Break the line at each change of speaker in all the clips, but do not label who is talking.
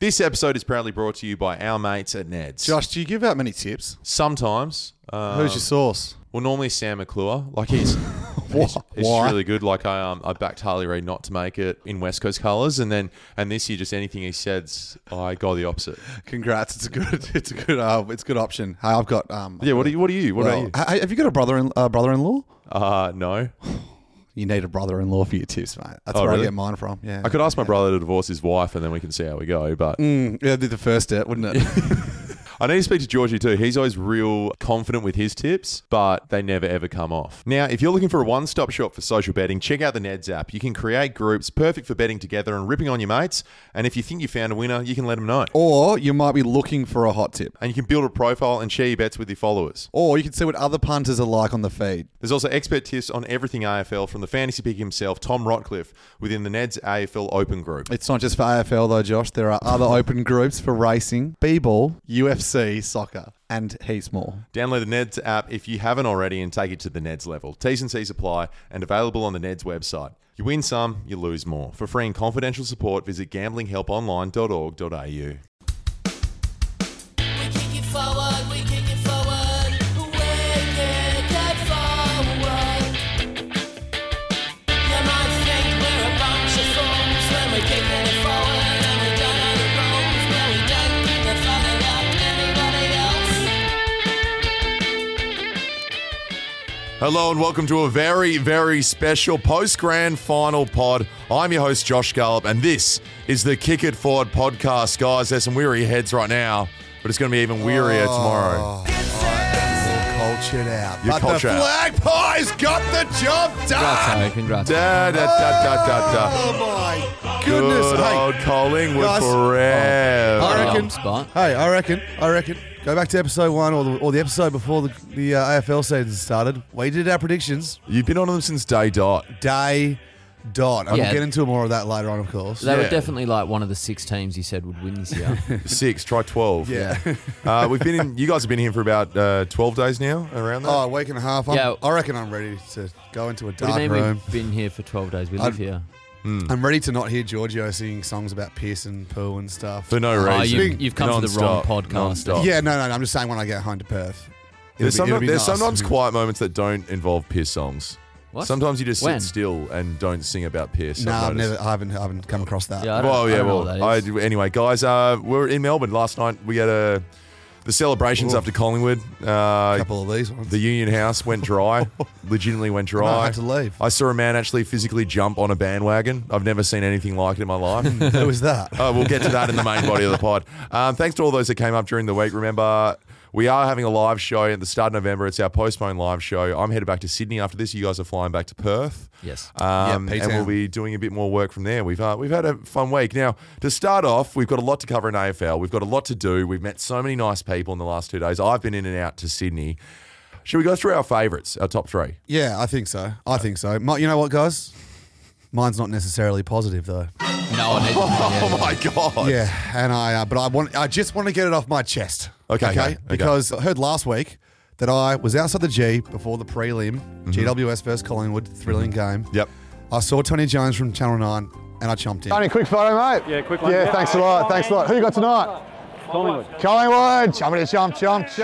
This episode is proudly brought to you by our mates at Ned's.
Josh, do you give out many tips?
Sometimes. Uh,
Who's your source?
Well, normally Sam McClure, like he's he's, he's
Why?
really good. Like I um I backed Harley Reid not to make it in West Coast colours, and then and this year just anything he says, I go the opposite.
Congrats, it's a good, it's a good, uh, it's a good option. Hey, I've got. Um,
Yeah, what are you? What are you? What
well,
about
ha- have you got a brother in uh, brother-in-law?
you? Uh no,
You need a brother-in-law for your tips, mate. That's
Oh,
where
really?
I get mine from. Yeah,
I could ask my brother to divorce his wife, and then we can see how we go. But
Mm, that'd be the first step, wouldn't it?
I need to speak to Georgie too. He's always real confident with his tips, but they never ever come off. Now, if you're looking for a one stop shop for social betting, check out the Neds app. You can create groups perfect for betting together and ripping on your mates. And if you think you found a winner, you can let them know.
or you might be looking for a hot tip.
And you can build a profile and share your bets with your followers.
Or you can see what other punters are like on the feed.
There's also expert tips on everything AFL from the fantasy pick himself, Tom Rotcliffe, within the Neds AFL Open Group.
It's not just for AFL though, Josh. There are other open groups for racing, b-ball, UFC, soccer, and heaps more.
Download the Neds app if you haven't already and take it to the Neds level. T's and C's apply and available on the Neds website. You win some, you lose more. For free and confidential support, visit gamblinghelponline.org.au.
We kick it forward, we kick it forward, we kick it forward. You might think we're a bunch of fools when we're kicking it forward and we don't know the rules, but we don't think they're following up anybody else.
Hello and welcome to a very, very special post grand final pod. I'm your host, Josh Gallup, and this is the Kick It Forward podcast. Guys, there's some weary heads right now, but it's going to be even wearier
Oh.
tomorrow.
Oh.
Cultured out.
You're
but
cultured
the
out.
flag pie's got the job done.
Congrats, mate. Congrats.
Da, da, da, da, da, da.
Oh my goodness.
Good
hey,
old Collingwood
guys.
forever.
I reckon.
Um, spot.
Hey, I reckon.
I reckon. Go back to episode one or the, or the episode before the, the uh, AFL season started. We did our predictions
You've been on them since day dot.
day dot. And
Yeah.
we'll get into more of that later on, of course.
They
Yeah.
were definitely like one of the six teams you said would win this year.
Six, try twelve.
Yeah.
uh, we've been in. You guys have been here for about uh, twelve days now, around that.
Oh, a week and a half. I'm,
Yeah.
I reckon I'm ready to go into a
what
dark
do you mean
room.
we've been here for 12 days? We live
I'd-
here.
I'm ready to not hear Giorgio singing songs about piss and poo and stuff. Ah,
for no reason.
Oh, you've, you've come to the wrong
Non-stop,
podcast.
non-stop.
yeah, no, no, no. I'm just saying when I get home to Perth.
There's,
it'll be- it'll
sometimes,
be
there's
nice.
sometimes
It'll be-
quiet moments that don't involve piss songs.
What?
Sometimes you just sit
When?
still and don't sing about piss.
No,
I've
I've
noticed.
never, I haven't, I haven't come across that.
Yeah, I don't,
well,
I
yeah,
don't know
well,
what
I
that is.
do- anyway, guys, uh, we were in Melbourne last night. We had a the celebrations after Collingwood.
a
Uh,
couple of these ones.
the Union House went dry. legitimately went dry.
I had to leave.
I saw a man actually physically jump on a bandwagon. I've never seen anything like it in my life.
Who was that?
Oh, we'll get to that in the main body of the pod. Um, thanks to all those that came up during the week. Remember, we are having a live show at the start of November. It's our postponed live show. I'm headed back to Sydney after this. You guys are flying back to Perth.
Yes.
Um,
Yeah,
and
P-town.
we'll be doing a bit more work from there. We've uh, we've had a fun week. Now, to start off, we've got a lot to cover in AFL. We've got a lot to do. We've met so many nice people in the last two days. I've been in and out to Sydney. Should we go through our favourites, our top three?
Yeah, I think so. I think so. My, you know what, guys? Mine's not necessarily positive though.
No, I need yeah,
Oh my god!
Yeah, and I, uh, but I want, I just want to get it off my chest.
Okay, okay, okay.
Because I heard last week that I was outside the G before the prelim,
Mm-hmm.
GWS versus Collingwood, thrilling game.
Yep.
I saw Tony Jones from Channel Nine, and I chomped him.
Tony, quick photo, mate.
Yeah, quick one.
Yeah, thanks a lot. Thanks a lot. Who you got tonight?
Collingwood.
Collingwood. Chummy to chump, chump, chump.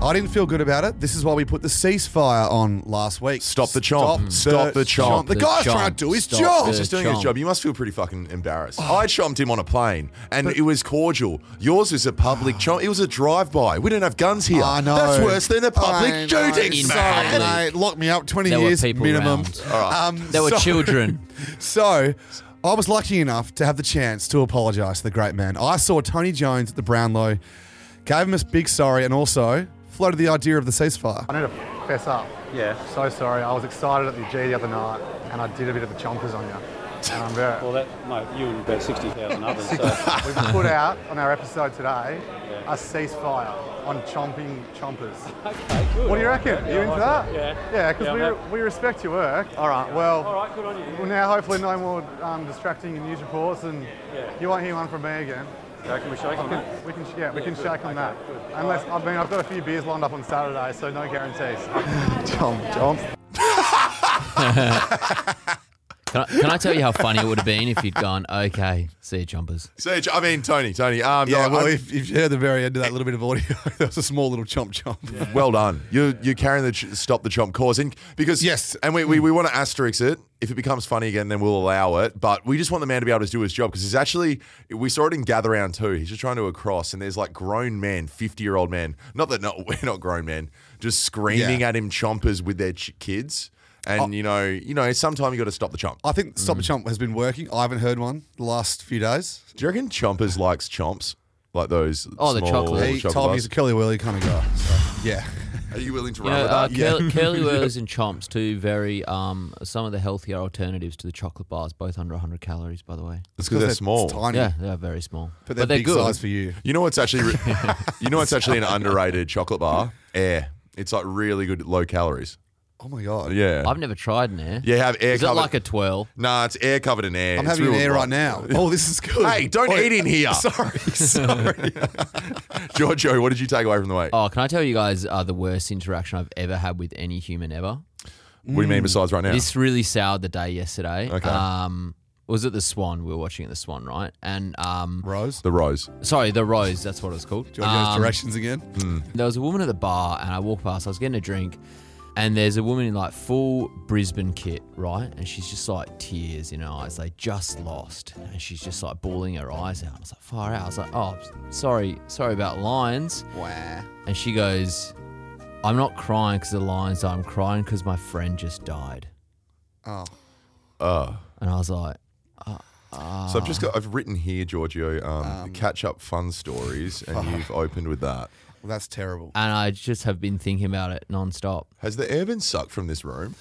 I didn't feel good about it. This is why we put the ceasefire on last week.
Stop the chomp. Stop the chomp.
The, guy's
chomp.
trying to do his
Stop
job. Oh.
the
He's just doing his
chomp.
job. You must feel pretty fucking embarrassed. I chomped him on a plane, and it was cordial. Yours was a public chomp. It was a drive-by. We don't have guns here.
I know.
That's worse than a public
I know.
shooting,
Sorry,
man.
mate. Lock me up. 20
There were
years
people
minimum.
around.
Um,
There were
so-
children.
So, I was lucky enough to have the chance to apologise to the great man. I saw Tony Jones at the Brownlow, gave him a big sorry, and also floated the idea of the ceasefire.
I need to fess up.
Yeah.
So sorry. I was excited at the G the other night, and I did a bit of the chompers on you. And um, I'm very.
Well, that, mate, you and about 60,000 others. So.
We've put out on our episode today a ceasefire on chomping chompers.
okay, good.
What do you reckon? Are you into that?
Yeah.
Yeah, because
Yeah,
we,
I'm
re- we respect your work. All right. Well.
All right, good on you.
Well, now hopefully no more um, distracting news reports, and
Yeah.
you won't hear one from me again.
Yeah, can we shake on that?
We can, yeah, we can
good.
shake on
Okay,
that.
good.
Unless, I mean, I've got a few beers lined up on Saturday, so no guarantees. Tom, Tom.
Can I, can I tell you how funny it would have been if you'd gone, okay, see you, chompers?
So, I mean, Tony, Tony. Um,
Yeah,
no,
well,
I'm-
if, if you heard the very end of that little bit of audio, there was a small little chomp chomp.
well done. You're, you're carrying the ch- stop the chomp cause. And because,
Yes.
And we, we, we want to asterisk it. If it becomes funny again, then we'll allow it. But we just want the man to be able to do his job because he's actually, we saw it in Gather Round 2. He's just trying to across, and there's like grown men, 50 year old men. Not that not, we're not grown men, just screaming
Yeah.
at him chompers with their ch- kids. And, you know, you know, sometime you got to stop the chomp.
I think Stop
Mm.
the Chomp has been working. I haven't heard one the last few days.
Do you reckon chompers likes chomps? Like those.
Oh, the
small
chocolate.
He
chocolate
told me
bars?
he's a curly whirly kind of guy. So, yeah.
Are you willing to
You
run
know,
with
uh,
that? Yeah.
curly, curly whirlers and chomps, two very um, some of the healthier alternatives to the chocolate bars, both under 100 calories, by the way.
It's because they're
It's
small.
tiny,
Yeah, they are very small,
but they're, big size for you.
You know what's actually, re- you know what's actually an underrated chocolate bar? Air. It's like really good, at low calories.
Oh my God.
Yeah.
I've never tried an air.
yeah, have air
is it
covered.
like a twirl?
nah, it's air covered in air.
I'm
It's
having an
real
air
light.
right now. Oh, this is good.
Hey, don't
Oi,
eat in here.
Sorry, sorry.
Giorgio, what did you take away from the wait?
Oh, can I tell you guys uh, the worst interaction I've ever had with any human ever?
what do you mean besides right now?
This really soured the day yesterday.
Okay.
Um, was it the Swan? We were watching it, the Swan, right? And um,
Rose.
the rose.
sorry, the Rose. That's what it was called.
George goes
Um,
directions again.
mm.
There was a woman at the bar, and I walked past. I was getting a drink, and there's a woman in like full Brisbane kit, right? And she's just like tears in her eyes. They just lost, and she's just like bawling her eyes out. I was like, far out. I was like, oh, sorry, sorry about lions.
Wow.
And she goes, I'm not crying because the lions. died. I'm crying because my friend just died.
Oh.
And I was like,
Ah.
So I've just got, I've written here, Giorgio, um, catch up fun stories, and you've opened with that.
Well, that's terrible.
and I just have been thinking about it nonstop.
Has the air been sucked from this room?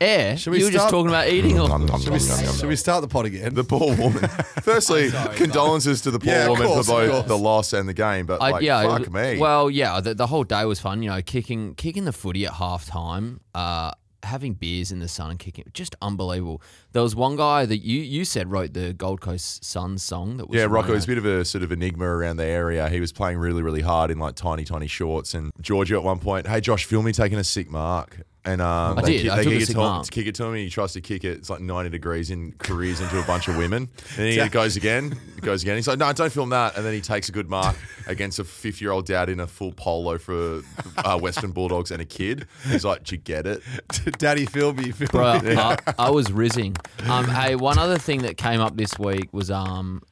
Air,
Should we
you were just
start-
talking about eating. Or-
Nom, nom, nom, nom, nom, nom.
Should we start the pot again?
The poor woman. Firstly, condolences to the poor
Yeah, of
woman
course,
for
of
both
course.
the loss and the game. But
I,
like,
yeah,
fuck
it-
me.
Well, yeah, the, the whole day was fun. You know, kicking kicking the footy at half time, uh, having beers in the sun and kicking, just unbelievable. There was one guy that you you said wrote the Gold Coast Sun song. That was
yeah, Rocco
around-
is a bit of a sort of enigma around the area. He was playing really, really hard in like tiny, tiny shorts. And Georgia at one point, hey Josh, film me taking a sick mark. And um,
I
they,
did.
ki-
I
they
took
kick,
a
it
sick
to him,
mark.
kick it to him, and he tries to kick it. It's like ninety degrees in careers into a bunch of women. And then he goes again, he goes again. He's like, no, don't film that. And then he takes a good mark against a fifty-year-old dad in a full polo for uh, Western Bulldogs and a kid. He's like, do you get it?
Daddy Philby. Philby.
Bro, I, I was rizzing. Um, hey, one other thing that came up this week was um,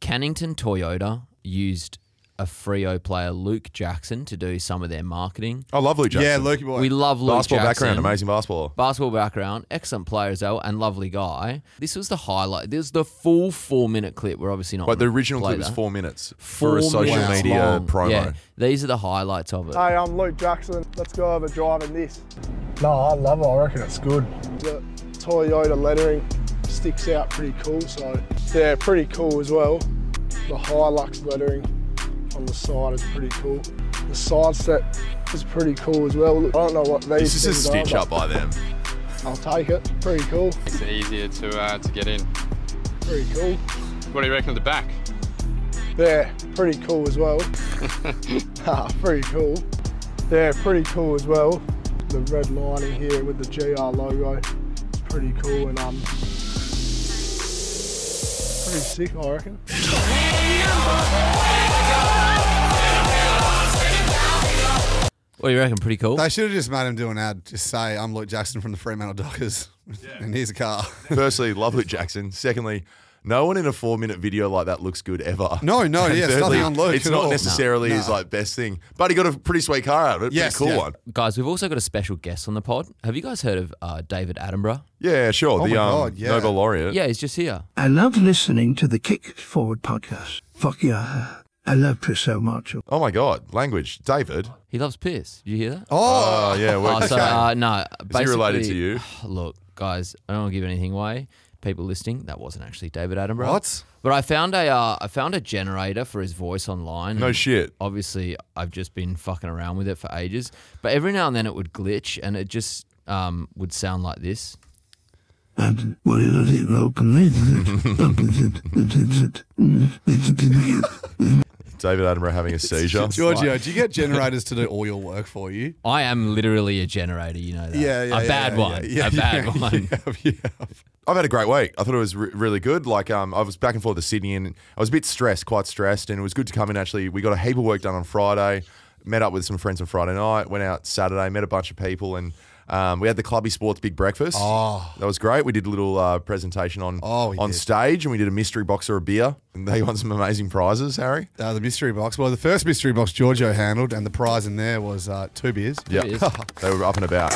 Cannington Toyota used a Frio player, Luke Jackson, to do some of their marketing.
I love Luke Jackson.
Yeah, Lurky boy.
We love Oh, Luke
basketball
Jackson.
background, amazing basketball.
basketball background, excellent player as well, and lovely guy. This was the highlight. This was the full four minute clip. We're obviously not.
But the
gonna
original
play
clip is
that.
four minutes for
Four
a social
minutes
media
long.
promo.
Yeah, these are the highlights of it.
Hey, I'm Luke Jackson. Let's go over driving this.
No, I love it. I reckon it's good.
The Toyota lettering sticks out pretty cool, so yeah, pretty cool as well. The Hilux lettering on the side is pretty cool. The side set is pretty cool as well. I don't know what these
This is a
things are,
stitch up by them.
but I'll take it. Pretty cool.
Makes it easier to uh, to get in.
Pretty cool.
What do you reckon of the back?
Yeah, pretty cool as well. ah, pretty cool. Yeah, pretty cool as well. The red lining here with the GR logo, it's pretty cool and um, pretty sick, I reckon.
What do you reckon? Pretty cool.
They should have just made him do an ad. Just say, I'm Luke Jackson from the Fremantle Dockers, and here's a car.
Firstly, love Luke Jackson. Secondly, no one in a four minute video like that looks good ever.
No, no,
And
yeah, it's nothing on Luke
It's
at
not
all.
necessarily his like best thing, but he got a pretty sweet car out of it.
Yes,
pretty cool
yeah.
one.
Guys, we've also got a special guest on the pod. Have you guys heard of uh, David Attenborough?
Yeah, sure.
Oh
the
my
um,
God, yeah.
Nobel laureate.
Yeah, he's just here.
I love listening to the Kick Forward podcast. Fuck yeah. I loved her so much.
Oh my God, language. David.
He loves piss. You hear that?
Oh
Oh,
yeah. well,
Uh, so, uh, no.
Is he related
basically-
to you?
Look, guys, I don't want to give anything away. People listening, that wasn't actually David Attenborough.
What?
But I found a, uh, I found a generator for his voice online.
no
and
shit.
obviously I've just been fucking around with it for ages. But every now and then it would glitch and it just um, would sound like this.
And well, it is openly.
David Attenborough having a seizure.
Giorgio, do you get generators to do all your work for you?
I am literally a generator, you know that.
Yeah, yeah,
A bad
yeah,
one.
yeah, yeah,
a bad
yeah,
one.
yeah, yeah.
I've had a great week. I thought it was re- really good. Like, um, I was back and forth to Sydney, and I was a bit stressed, quite stressed, and it was good to come in. Actually, we got a heap of work done on Friday. Met up with some friends on Friday night. Went out Saturday. Met a bunch of people, and um, we had the Clubby Sports Big Breakfast.
Oh.
that was great. We did a little uh, presentation on
Oh, we
on
did.
stage, and we did a mystery box or a beer, and they won some amazing prizes. Harry,
Uh, the mystery box. Well, the first mystery box Giorgio handled, and the prize in there was uh, two beers.
yeah,
Cheers.
they were up and about.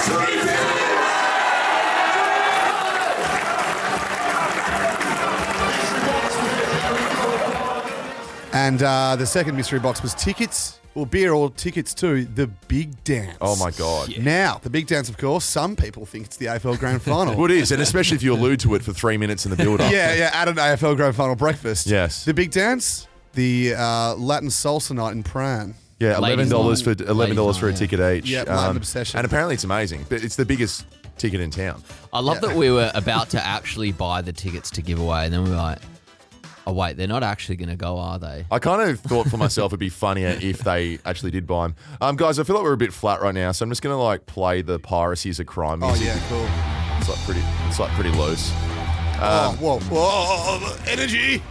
And uh, the second mystery box was tickets, or beer, or tickets to the big dance.
Oh my god.
Now, the big dance, of course, some people think it's the AFL Grand Final.
Well, it is, and especially if you allude to it for three minutes in the build-up.
yeah, yeah, at an AFL Grand Final breakfast.
Yes.
The big dance, the uh, Latin salsa night in Pran.
Yeah, eleven
Ladies
dollars for
night.
eleven dollars for a
Ladies
ticket each. Um,
Yeah, Latin obsession.
And apparently it's amazing. But it's the biggest ticket in town.
I love that we were about to actually buy the tickets to give away, and then we were like, "Oh wait, they're not actually going to go, are they?"
I kind of thought for myself it'd be funnier if they actually did buy them. Um, guys, I feel like we're a bit flat right now, so I'm just gonna like play the piracy is a crime
Oh,
music.
yeah, cool.
It's like pretty. It's like pretty loose. Um,
oh, whoa, whoa, energy.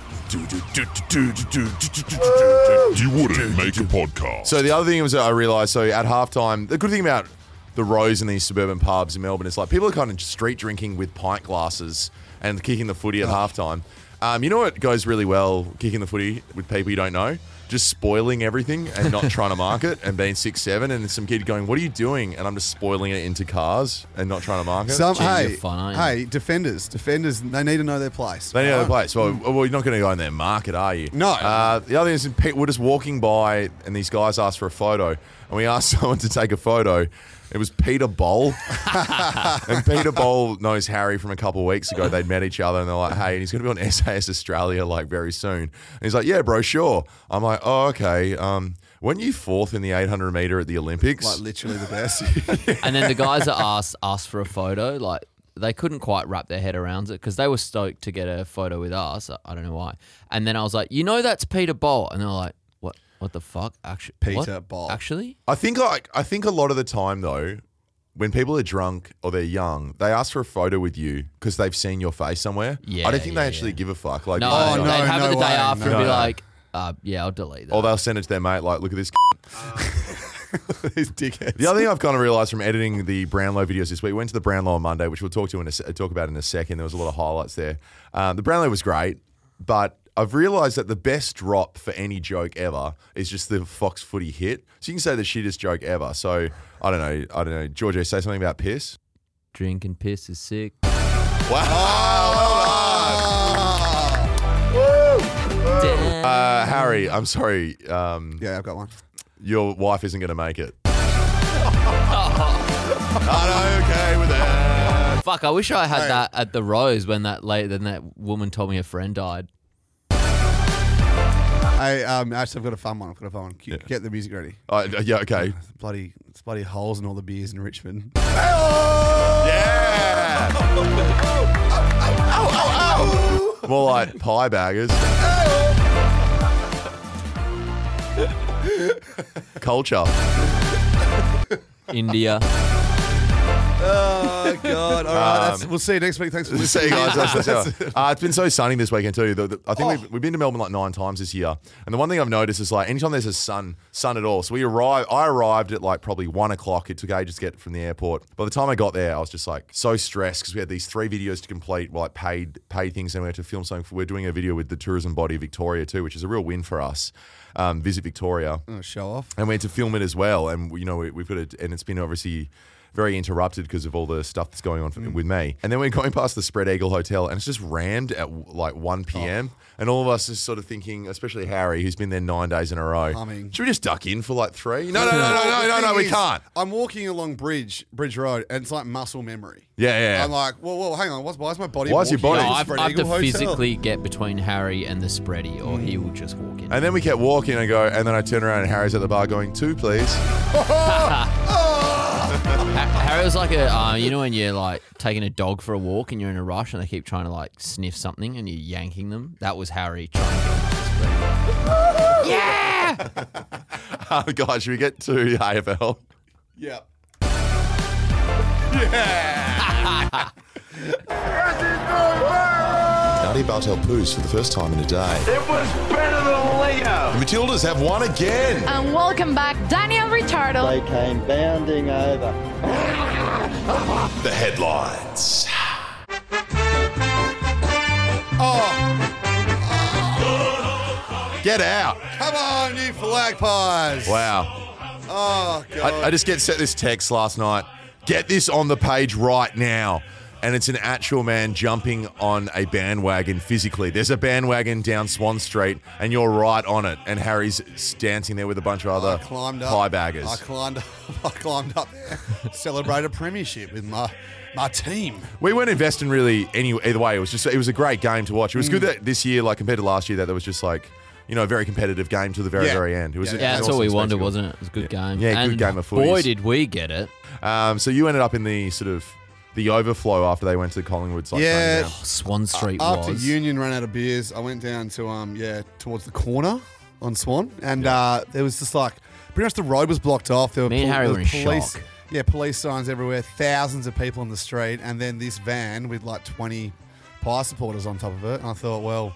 You wouldn't make a podcast.
So the other thing was that I realised. So at halftime, the good thing about the rows in these suburban pubs in Melbourne is like people are kind of street drinking with pint glasses and kicking the footy at halftime. Um, you know what goes really well kicking the footy with people you don't know? Just spoiling everything and not trying to mark it and being six seven and some kid going, "What are you doing?" And I'm just spoiling it into cars and not trying to mark it.
Some,
Geez,
Um, hey,
you're fun, aren't you?
hey, defenders, defenders, they need to know their place.
They know the
right?
place. Well, well, you're not going to go in there and mark it, are you?
Hmm. No.
Uh, the other thing is, pe- we're just walking by, and these guys asked for a photo, and we asked someone to take a photo. It was Peter Bowl, and Peter Bowl knows Harry from a couple of weeks ago. They'd met each other, and they're like, "Hey," and he's going to be on SAS Australia like very soon. And he's like, "Yeah, bro, sure." I'm like, "Oh, okay." Um, weren't you fourth in the 800 meter at the Olympics?
Like, literally the best.
And then the guys that asked asked for a photo, like they couldn't quite wrap their head around it because they were stoked to get a photo with us. I- I don't know why. And then I was like, "You know, that's Peter Bolt," and they're like, "What? What the fuck? Actually, what?
Peter Bolt.
Actually,
I think like I think a lot of the time though, when people are drunk or they're young, they ask for a photo with you because they've seen your face somewhere.
Yeah,
I don't think
yeah,
they actually
yeah.
give a fuck. Like,
no,
Oh, no,
they'd have
no
it the
way,
day after
no.
and be like, uh, "Yeah, I'll delete that."
or Oh, they'll send it to their mate. Like, look at this.
These dickheads.
The other thing I've kind of realized from editing the Brownlow videos this week, we went to the Brownlow on Monday, which we'll talk to in a, se- talk about in a second. There was a lot of highlights there. Um, the Brownlow was great, but I've realized that the best drop for any joke ever is just the Fox Footy hit. So you can say the shittest joke ever. So I don't know. I don't know. Giorgio, say something about piss.
Drink and piss is sick.
Ah.
Uh, Harry, I'm sorry. Um,
Yeah, I've got one.
your wife isn't going to make it. Not okay with that.
Fuck! I wish I had that at the Rose when that late then that woman told me her friend died.
I um, actually, I've got a fun one. I've got a fun one. Get- Get the music ready.
Uh, yeah, okay.
Bloody, it's bloody holes in all the beers in Richmond.
Yeah. More like pie baggers. Culture.
India.
Oh God! All right, that's, we'll see you next week. Thanks for
See you
listening.
guys. That's- that's it. Oh. Uh, it's been so sunny this weekend too. The- the- I think we've, we've been to Melbourne like nine times this year, and the one thing I've noticed is like anytime there's a sun, sun at all. So we arrived. I arrived at like probably one o'clock. It took ages to get from the airport. By the time I got there, I was just like so stressed because we had these three videos to complete, like paid paid things, and we had to film something. For, we're doing a video with the tourism body Victoria too, which is a real win for us. Um, Visit Victoria
Oh, show off.
and we had to film it as well. And you know, we, we've got it, and it's been obviously very interrupted because of all the stuff that's going on
Mm.
f with me. And then we're going past the Spread Eagle Hotel, and it's just rammed at like
Oh.
1 p.m. And all of us is sort of thinking, especially Harry, who's been there nine days in a row.
Humming.
Should we just duck in for like three? No, no, no, no, no, no, no,
The
we
thing is,
can't.
I'm walking along Bridge Bridge Road, and it's like muscle memory.
Yeah, yeah, yeah.
I'm like, whoa, whoa, hang on. What's, why is my body?
Why is your body-
walking to
No,
the
I've-
I've,
Spread
I've
Eagle
to
Hotel?
physically get between Harry and the spready, or he will just walk in.
And then we kept walking, and I go, and then I turn around, and Harry's at the bar going, two, please.
Ha- Harry was like a, uh, you know, when you're like taking a dog for a walk and you're in a rush and they keep trying to like sniff something and you're yanking them. That was Harry trying to get
Oh, God, should we get to AFL?
Yeah.
Natty Bartel poos for the first time in a day.
It was better than Leo.
The Matildas have won again.
And welcome back, Daniel Ritardo.
They came bounding over.
The headlines.
Oh.
Get out.
Come on, you flag pies.
Wow.
Oh, God.
I, I just get sent this text last night. Get this on the page right now. And it's an actual man jumping on a bandwagon physically. There's a bandwagon down Swan Street, and you're right on it. And Harry's dancing there with a bunch of other
climbed up.
pie baggers.
I climbed up. I climbed up there. Celebrate a premiership with my my team.
We weren't investing really any either way. It was just it was a great game to watch. It was good
Mm.
that this year, like compared to last year, that there was just like you know a very competitive game to the very
Yeah.
very end. It was
Yeah,
an
that's
awesome
all we
spectacle.
wanted, wasn't it? It was a good game.
Yeah,
And
good game of footy.
boy, did we get it.
Um, so you ended up in the sort of the overflow after they went to the Collingwood. Like,
Yeah.
rundown.
Oh,
Swan Street
After Union ran out of beers, I went down to um yeah towards the corner on Swan, and uh, there was just like pretty much the road was blocked off. There were,
Me and Harry
there
were
was
in
police,
shock.
yeah, police signs everywhere, thousands of people on the street, and then this van with like twenty pie supporters on top of it. And I thought, well,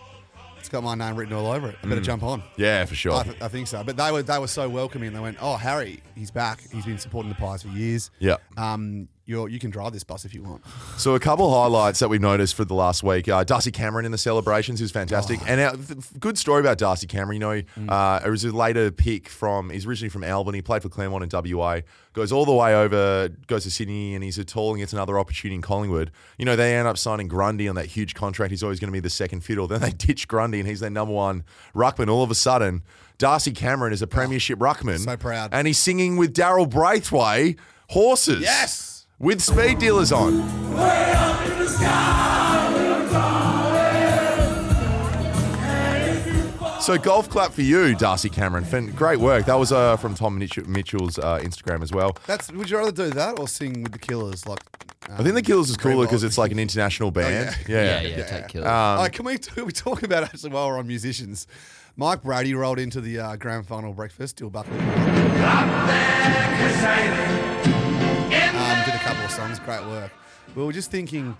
it's got my name written all over it. I better
Mm.
jump on.
Yeah, for sure.
I, th- I think so. But they were they were so welcoming. They went, "Oh, Harry, he's back. He's been supporting the Pies for years.
Yeah.
um, you you can drive this bus if you want.
So a couple highlights that we've noticed for the last week. Uh, Darcy Cameron in the celebrations is fantastic, and uh, th- good story about Darcy Cameron. You know, uh, it was a later pick from. He's originally from Albany, played for Claremont and WA, goes all the way over, goes to Sydney, and he's a tall and gets another opportunity in Collingwood. You know, they end up signing Grundy on that huge contract. He's always going to be the second fiddle. Then they ditch Grundy, and he's their number one ruckman. All of a sudden, Darcy Cameron is a premiership ruckman. Oh, So proud, and he's singing with Daryl Braithwaite, horses. Yes. With speed dealers on. So golf clap for you, Darcy Cameron. Fan- Great work. That was uh, from Tom Mitch- Mitchell's uh, Instagram as well.
That's would you rather do that or sing with the Killers? Like,
I think the Killers is cooler because it's like an international band.
Oh,
yeah. Um,
Uh, can we can we talk about actually while we're on musicians? Mike Brady rolled into the uh, grand final breakfast. Still buckling. Um, did a couple of songs. Great work. We were just thinking,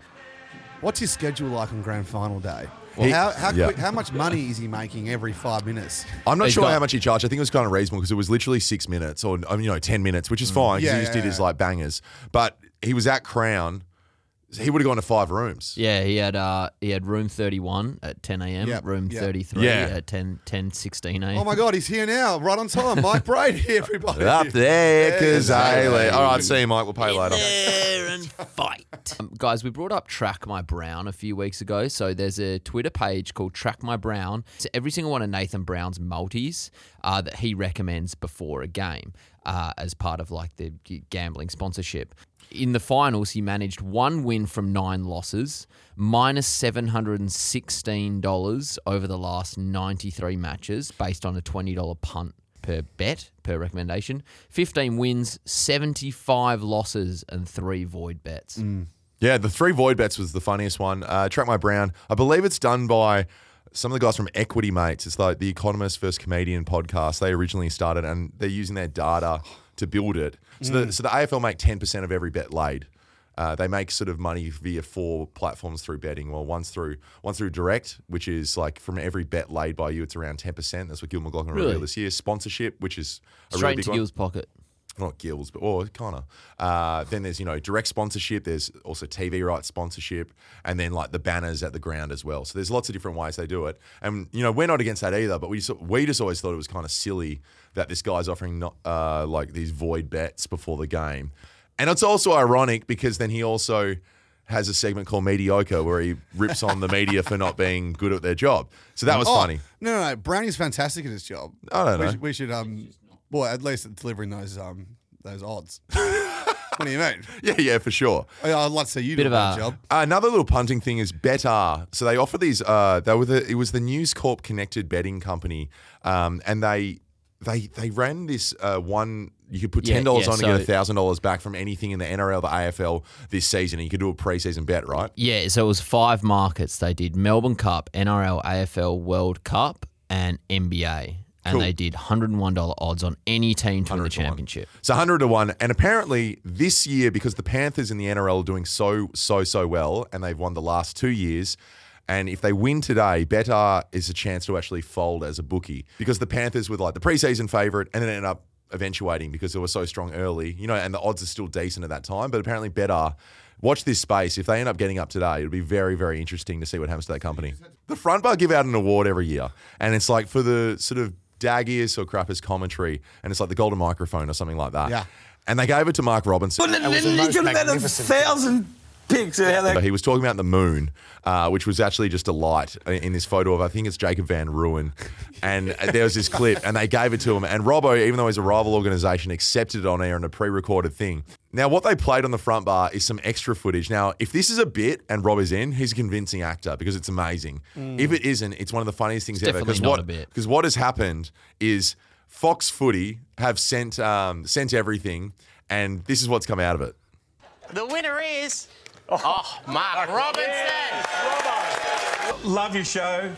what's his schedule like on grand final day?
He-
how how,
yeah.
quick, how much money is he making every five minutes?
I'm not
He's
sure
got-
how much he charged. I think it was kind of reasonable because it was literally six minutes or I mean, you know ten minutes, which is fine because
Yeah,
he just
yeah,
did his like bangers. But he was at Crown. so He would have gone to five rooms.
Yeah, he had uh, he had room 31 at 10 a.m.
Yep,
Room
yep.
33
Yeah.
at 10 10 16 a.m.
Oh my God, he's here now, right on time. Mike Brady, everybody.
Up there, because I lay.
Exactly.
All right, see you, Mike. We'll pay later.
Um, guys, we brought up Track My Brown a few weeks ago. So there's a Twitter page called Track My Brown. It's every single one of Nathan Brown's multis uh, that he recommends before a game uh, as part of like the g- gambling sponsorship. In the finals, he managed one win from nine losses, minus $716 over the last 93 matches based on a $20 punt per bet, per recommendation. 15 wins, 75 losses, and three void bets.
Mm. Yeah, the three void bets was the funniest one. Uh, Track My Brown. I believe it's done by some of the guys from Equity Mates. It's like the Economist First Comedian podcast. They originally started and they're using their data to build it. So, the,
Mm.
so the AFL make 10% of every bet laid. Uh, they make sort of money via four platforms through betting. Well, one's through one's through direct, which is like from every bet laid by you, it's around ten percent. That's what Gil McLaughlin
Really?
revealed this year. Sponsorship, which is a
Straight
really big
into
one
Gil's pocket.
not Gills, but or kind of. Uh, then there's you know direct sponsorship. There's also TV rights sponsorship, and then like the banners at the ground as well. So there's lots of different ways they do it, and you know we're not against that either. But we just, we just always thought it was kind of silly that this guy's offering not uh, like these void bets before the game, and it's also ironic because then he also has a segment called mediocre where he rips on the media for not being good at their job. So that was
Oh,
funny.
No, no, no. Brownie's fantastic at his job.
I don't
We
know.
should, we should um, well, at least at delivering those um, those odds. what do you mean?
Yeah, yeah, for sure.
I- I'd like to see you do a bad job.
Uh, Another little punting thing is Betar. So they offer these. Uh, they were the, it was the News Corp connected betting company, um, and they they they ran this uh, one. You could put
Yeah,
ten dollars
yeah,
on
so-
and get thousand dollars back from anything in the NRL, the AFL this season. And you could do a preseason bet, right?
Yeah, so it was five markets. They did Melbourne Cup, NRL, AFL, World Cup, and NBA. and
Cool.
they did $101 odds on any team to win the championship.
It's 100 to 1. And apparently, this year, because the Panthers in the NRL are doing so, so, so well, and they've won the last two years, and if they win today, Better is a chance to actually fold as a bookie because the Panthers were like the preseason favourite and then ended up eventuating because they were so strong early, you know, and the odds are still decent at that time. But apparently, Better. Watch this space. If they end up getting up today, it'll be very, very interesting to see what happens to that company. The front bar give out an award every year, and it's like for the sort of daggiest or crappest commentary, and it's like the golden microphone or something like that.
Yeah.
And they gave it to Mark Robinson.
But you let a thousand pigs out
But
there.
he was talking about the moon, uh, which was actually just a light in this photo of I think it's Jacob Van Ruin, and there was this clip, and they gave it to him. And Robbo, even though he's a rival organisation, accepted it on air in a pre-recorded thing. Now, what they played on the front bar is some extra footage. Now, if this is a bit and Rob is in, he's a convincing actor because it's amazing.
Mm.
If it isn't, it's one of the funniest things
It's
ever.
definitely not
what
a bit.
because what has happened is Fox Footy have sent um, sent everything, and this is what's come out of it.
The winner is. Oh, Mark Robinson!
Love your show.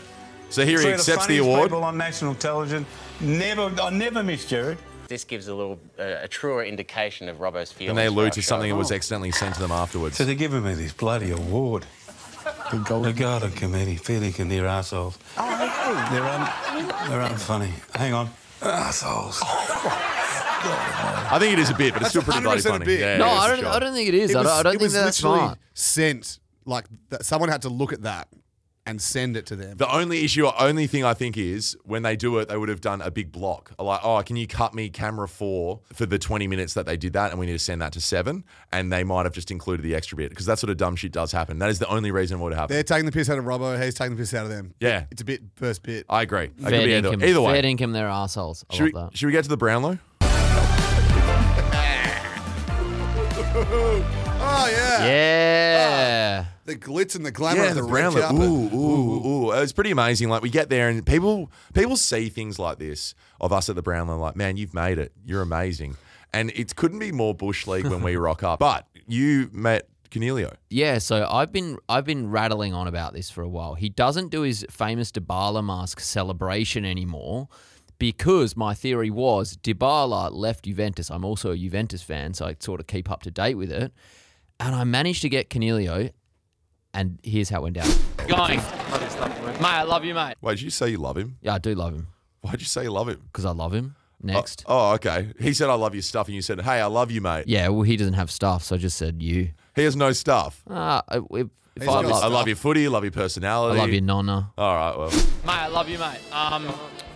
So here he
Three of
accepts the
funniest
award.
People on national television. Never, I never miss Jared.
This gives a little, uh, a truer indication of Robbo's feelings.
And they
for our
allude to
show.
something that was
Oh.
accidentally sent to them afterwards.
So they're giving me this bloody award. The golden, Oh, committee, feeling and their assholes. They're, un, they're unfunny. Hang on. Assholes.
I think it is a bit, but it's still
That's
pretty bloody
100% a
funny.
bit.
Yeah,
No,
yeah, it's
I
a
don't.
joke.
I don't think it is. I don't, I don't
it
think
was
that's
literally
smart.
Sent like that, someone had to look at that and send it to them.
The only issue, or only thing I think is when they do it, they would have done a big block. Like, oh, can you cut me camera four for the 20 minutes that they did that? And we need to send that to seven. And they might have just included the extra bit because that sort of dumb shit does happen. That is the only reason it would happen.
They're taking the piss out of Robbo. He's taking the piss out of them.
Yeah.
it's a bit first bit.
I agree. That could
Fair
be either,
dinkum.
either
Fair
way.
dinkum, they're assholes. I
Should we,
love
should we get to the Brownlow?
oh
Ah.
yeah.
Yeah.
The glitz and the glamour of the, red
Brownlow.
carpet.
Ooh, ooh, ooh. It was pretty amazing. Like we get there and people people see things like this of us at the Brownlow, like, man, you've made it. You're amazing. And it couldn't be more bush league when we rock up. But you met Cornelio.
Yeah, so I've been I've been rattling on about this for a while. He doesn't do his famous Dybala mask celebration anymore because my theory was Dybala left Juventus. I'm also a Juventus fan, so I sort of keep up to date with it. And I managed to get Cornelio, and here's how it went down. Going. Mate, I love you, mate.
Wait, did you say you love him?
Yeah, I do love him.
Why'd you say you love him?
Because I love him. Next.
Oh, oh, okay. He said I love your stuff and you said, Hey, I love you, mate.
Yeah, well, he doesn't have stuff, so I just said you.
He has no stuff.
Ah, I- if- if
I,
I
love,
love-
I love your footy, I love your personality.
I love your nonna.
All right, well.
Mate, I love you, mate. Um,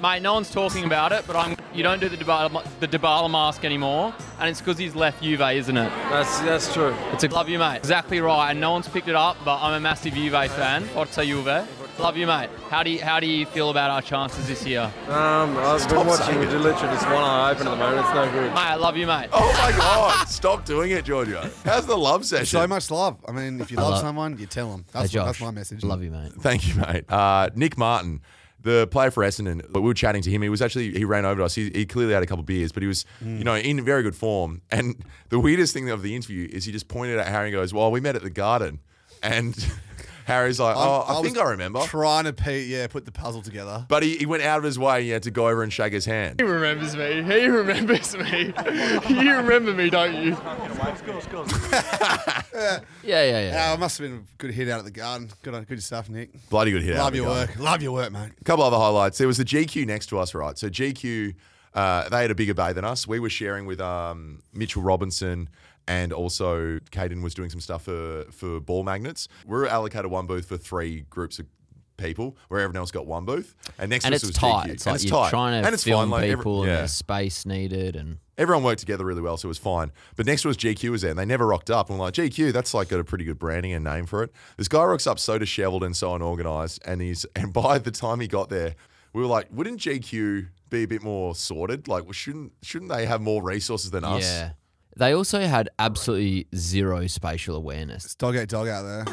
mate, no one's talking about it, but I'm. You don't do the Dybala, the Dybala mask anymore, and it's because he's left Juve, isn't it? That's that's true. It's a love you, mate. Exactly right, and no one's picked it up, but I'm a massive Juve fan. Forza Juve. Love you, mate. How do you, how do you feel about our chances this year?
Um, I've
Stop
been watching
saying
with literally just one eye open at the moment. It's no good.
Mate, I love you, mate.
Oh my god, stop doing it, Giorgio. How's the love session?
So much love. I mean, if you
I
love
love-
someone, you tell them. That's, what- that's my message.
mate.
Thank you, mate. Uh, Nick Martin, the player for Essendon, we were chatting to him. He was actually, he ran over to us. He, he clearly had a couple of beers, but he was,
Mm.
you know, in very good form. And the weirdest thing of the interview is he just pointed at Harry and goes, Well, we met at the garden. And Harry's like,
I'm-
Oh, I, think
was
I remember.
Trying to, pe- yeah, put the puzzle together.
But he, he went out of his way, he had to go over and shake his hand.
He remembers me. He remembers me. you remember me, don't you?
yeah,
yeah, yeah.
Uh, it must have been a good hit out of the garden. Good, on- good stuff, Nick.
Bloody good hit. out
Love
of the
your
guy.
work. Love your work, mate.
A couple other highlights. There was the GQ next to us, right? So GQ, uh, they had a bigger bay than us. We were sharing with um, Mitchell Robinson and also Caden was doing some stuff for, for ball magnets. We were allocated one booth for three groups of people where everyone else got one booth. And next
and
to us
it's
was
tight.
GQ.
It's
and
like you're trying to
And it's
film
fine. Like, every-
people and
yeah.
there's space needed and
Everyone worked together really well, so it was fine. But next was GQ was there, and they never rocked up. And we're like, GQ, that's like got a pretty good branding and name for it. This guy rocks up so disheveled and so unorganized, and he's and by the time he got there, we were like, wouldn't GQ be a bit more sorted? Like, well, shouldn't shouldn't they have more resources than us?
yeah. They also had absolutely zero spatial awareness.
Dog ate dog out there.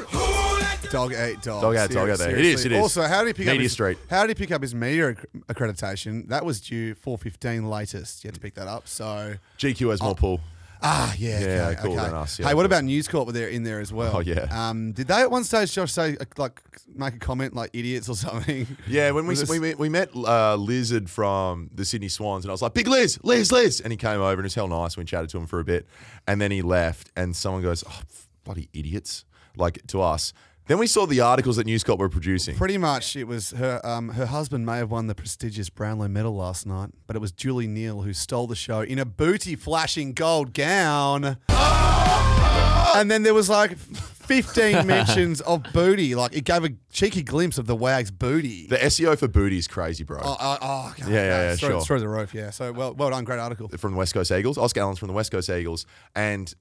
Dog ate dog.
Dog ate dog out there. It is,
seriously.
it is.
Also, how did he pick up
Media
his,
Street.
How did he pick up his media ac- accreditation? That was due 415 latest. You had to pick that up. So
GQ has more pull.
Ah, yeah.
Yeah,
okay,
they're cooler
okay.
than us, yeah,
hey,
of
what
course.
about News Corp? Were they in there as well?
Oh, yeah.
Um, did they at one stage, Josh, say uh, like make a comment like idiots or something?
Yeah, when we
Was this-
we, met- we met uh, Lizard from the Sydney Swans, and I was like, "Big Liz, Liz, Liz," and he came over and it was hell nice. We chatted to him for a bit, and then he left. And someone goes, "Oh, f- bloody idiots!" Like to us. Then we saw the articles that News Corp were producing.
Pretty much, it was her. Um, her husband may have won the prestigious Brownlow Medal last night, but it was Julie Neal who stole the show in a booty flashing gold gown. and then there was like 15 mentions of booty. Like it gave a cheeky glimpse of the wag's booty.
The SEO for booty is crazy, bro.
Oh, oh, oh, okay.
Yeah, yeah, yeah,
through,
sure.
through the roof. Yeah. So well, well done. Great article.
From the West Coast Eagles, Oscar Allen's from the West Coast Eagles, and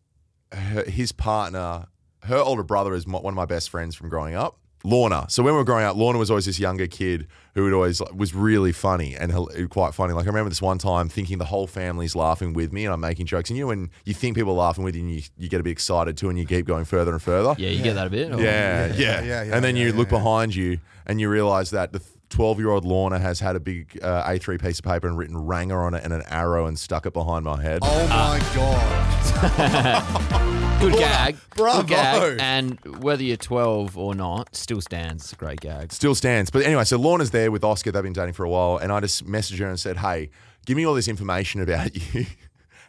her, his partner, her older brother, is my, one of my best friends from growing up. Lorna. So when we were growing up, Lorna was always this younger kid who would always like, was really funny and hel- quite funny. Like I remember this one time thinking the whole family's laughing with me and I'm making jokes. And you know when you think people are laughing with you, and you you get a bit excited too, and you keep going further and further.
Yeah, you get that a bit, Oh,
Yeah, yeah,
or- Yeah,
yeah,
yeah, yeah,
And then you look behind you and you realize that the 12 year old Lorna has had a big uh, A3 piece of paper and written Ranger on it and an arrow and stuck it behind my head.
Oh my
god.
Good gag.
bravo.
Good gag. And whether you're 12 or not, still stands. It's a great gag.
Still stands. But anyway, so Lorna's there with Oscar. They've been dating for a while. And I just messaged her and said, hey, give me all this information about you.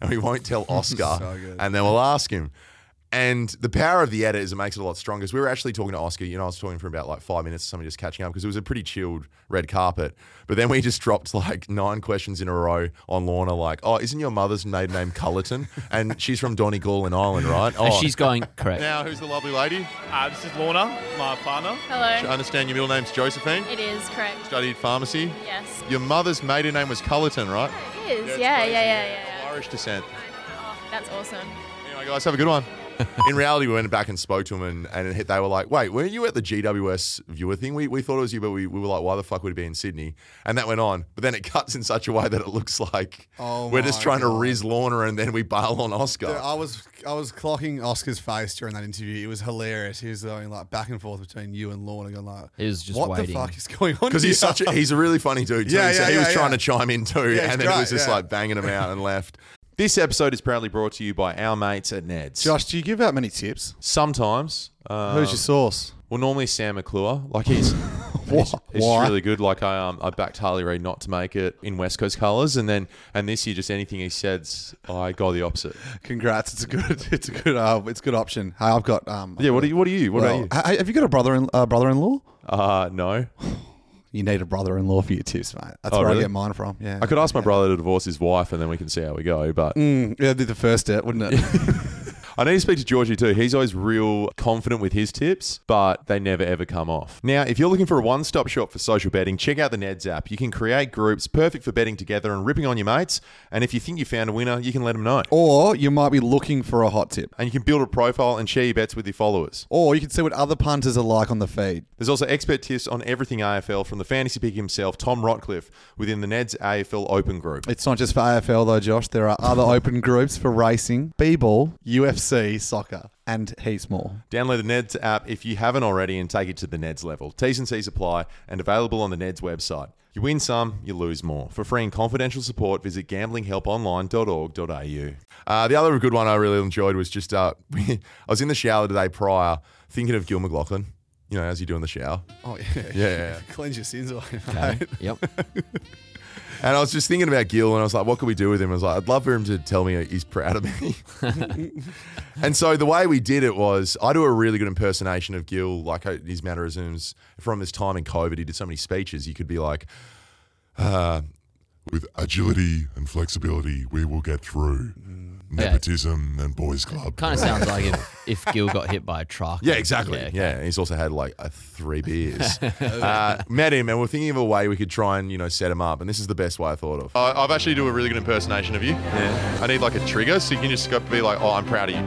and we won't tell Oscar.
So good.
and then we'll ask him. And the power of the edit is it makes it a lot stronger. 'Cause we were actually talking to Oscar. You know, I was talking for about like five minutes, something just catching up because it was a pretty chilled red carpet. But then we just dropped like nine questions in a row on Lorna, like, "Oh, isn't your mother's maiden name Cullerton?" And she's from Donegal in Ireland, right? Oh,
And she's going, correct.
Now, who's the lovely lady?
Uh, this is Lorna, my partner.
I understand your middle name's Josephine.
It is correct.
Studied pharmacy.
Yes.
Your mother's maiden name was Cullerton, right?
It is. Yeah, yeah, yeah, yeah. Oh,
Irish descent.
That's awesome.
Anyway, guys, have a good one. In reality, we went back and spoke to him, and, and they were like, "Wait, weren't you at the GWS viewer thing? We, we thought it was you, but we, we were like, why the fuck would it be in Sydney?" And that went on, but then it cuts in such a way that it looks like
Oh
we're just
my
trying to riz Lorna, and then we bail on Oscar.
Dude, I was I was clocking Oscar's face during that interview. It was hilarious. He was going like back and forth between you and Lorna, going like,
He was just
"What
waiting.
the fuck is going on?"
Because he's
here?"
such a, he's a really funny dude too.
Yeah,
so
yeah,
he was
yeah,
trying
yeah.
to chime in too,
Yeah, he's
and then it was
great,
just
yeah.
like banging him out and left. This episode is proudly brought to you by our mates at Ned's.
Josh, do you give out many tips?
Sometimes. Um,
Who's your source?
Well, normally Sam McClure. Like he's.
What?
It's, it's
Why?
really good. Like I, um, I backed Harley Reid not to make it in West Coast colours, and then and this year just anything he says, I go the opposite.
Congrats. It's a good. It's a good. Uh, it's a good option. Hey, I've got. Um,
Yeah. What do you? What are you? What about
you? Have you got a brother in uh, brother in law?
you? Uh, no.
You need a brother in law for your tips, mate. That's
Oh,
where
really?
I get mine from. Yeah.
I could ask my brother to divorce his wife, and then we can see how we go. But
Mm, yeah, that'd be the first step, wouldn't it?
I need to speak to Georgie too. He's always real confident with his tips, but they never ever come off. Now, if you're looking for a one stop shop for social betting, check out the Neds app. You can create groups perfect for betting together and ripping on your mates. And if you think you found a winner, you can let them know.
or you might be looking for a hot tip.
And you can build a profile and share your bets with your followers.
Or you can see what other punters are like on the feed.
There's also expert tips on everything AFL from the fantasy pick himself, Tom Rotcliffe, within the Neds AFL Open Group.
It's not just for AFL though, Josh. There are other open groups for racing, b-ball, UFC, soccer, and heaps more.
Download the Neds app if you haven't already and take it to the Neds level. T's and C's apply and available on the Neds website. You win some, you lose more. For free and confidential support, visit gamblinghelponline.org.au. Uh, the other good one I really enjoyed was just uh, I was in the shower today prior thinking of Gil McLaughlin. You know, as you do in the shower.
Oh yeah,
Yeah, yeah.
Cleanse your sins away.
Okay.
mate.
Yep.
And I was just thinking about Gil and I was like, what could we do with him? I was like, I'd love for him to tell me he's proud of me. and so the way we did it was I do a really good impersonation of Gil, like uh, his mannerisms from his time in COVID. He did so many speeches. You could be like, uh,
With agility and flexibility, we will get through nepotism and boys' club.
Kind of sounds like if, if Gil got hit by a truck.
Yeah, exactly. Yeah,
okay.
and he's also had like uh, three beers. uh, met him, and we're thinking of a way we could try and you know set him up. And this is the best way I thought of. I, I've actually do a really good impersonation of you. Yeah. I need like a trigger, so you can just go be like, "Oh, I'm proud of you."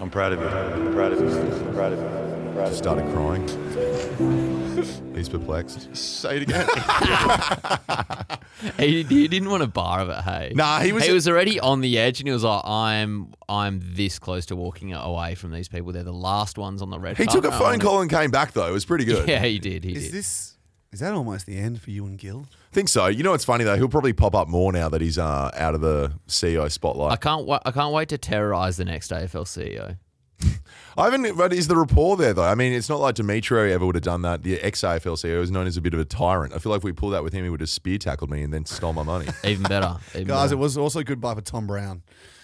I'm proud of you. I'm proud of you. I'm proud of you. I'm proud of you.
Started crying. He's perplexed. Say it again.
he, he didn't want a bar of it. Hey,
Nah, he was-
He was already on the edge, and he was like, "I'm, I'm this close to walking away from these people. They're the last ones on the red."
He took a
carpet.
phone call and came back though. It was pretty good.
Yeah, he did. He
Is
did.
this
Is that almost the end for you and Gil?
Think so. You know what's funny though? He'll probably pop up more now that he's uh, out of the CEO spotlight.
I can't. Wa- I can't wait to terrorize the next AFL CEO.
I haven't. But is the rapport there though? I mean, it's not like Demetrio ever would have done that. The ex AFL CEO E is known as a bit of a tyrant. I feel like if we pulled that with him, he would have spear tackled me and then stole my money.
Even better.
Guys, it was also goodbye for Tom Brown.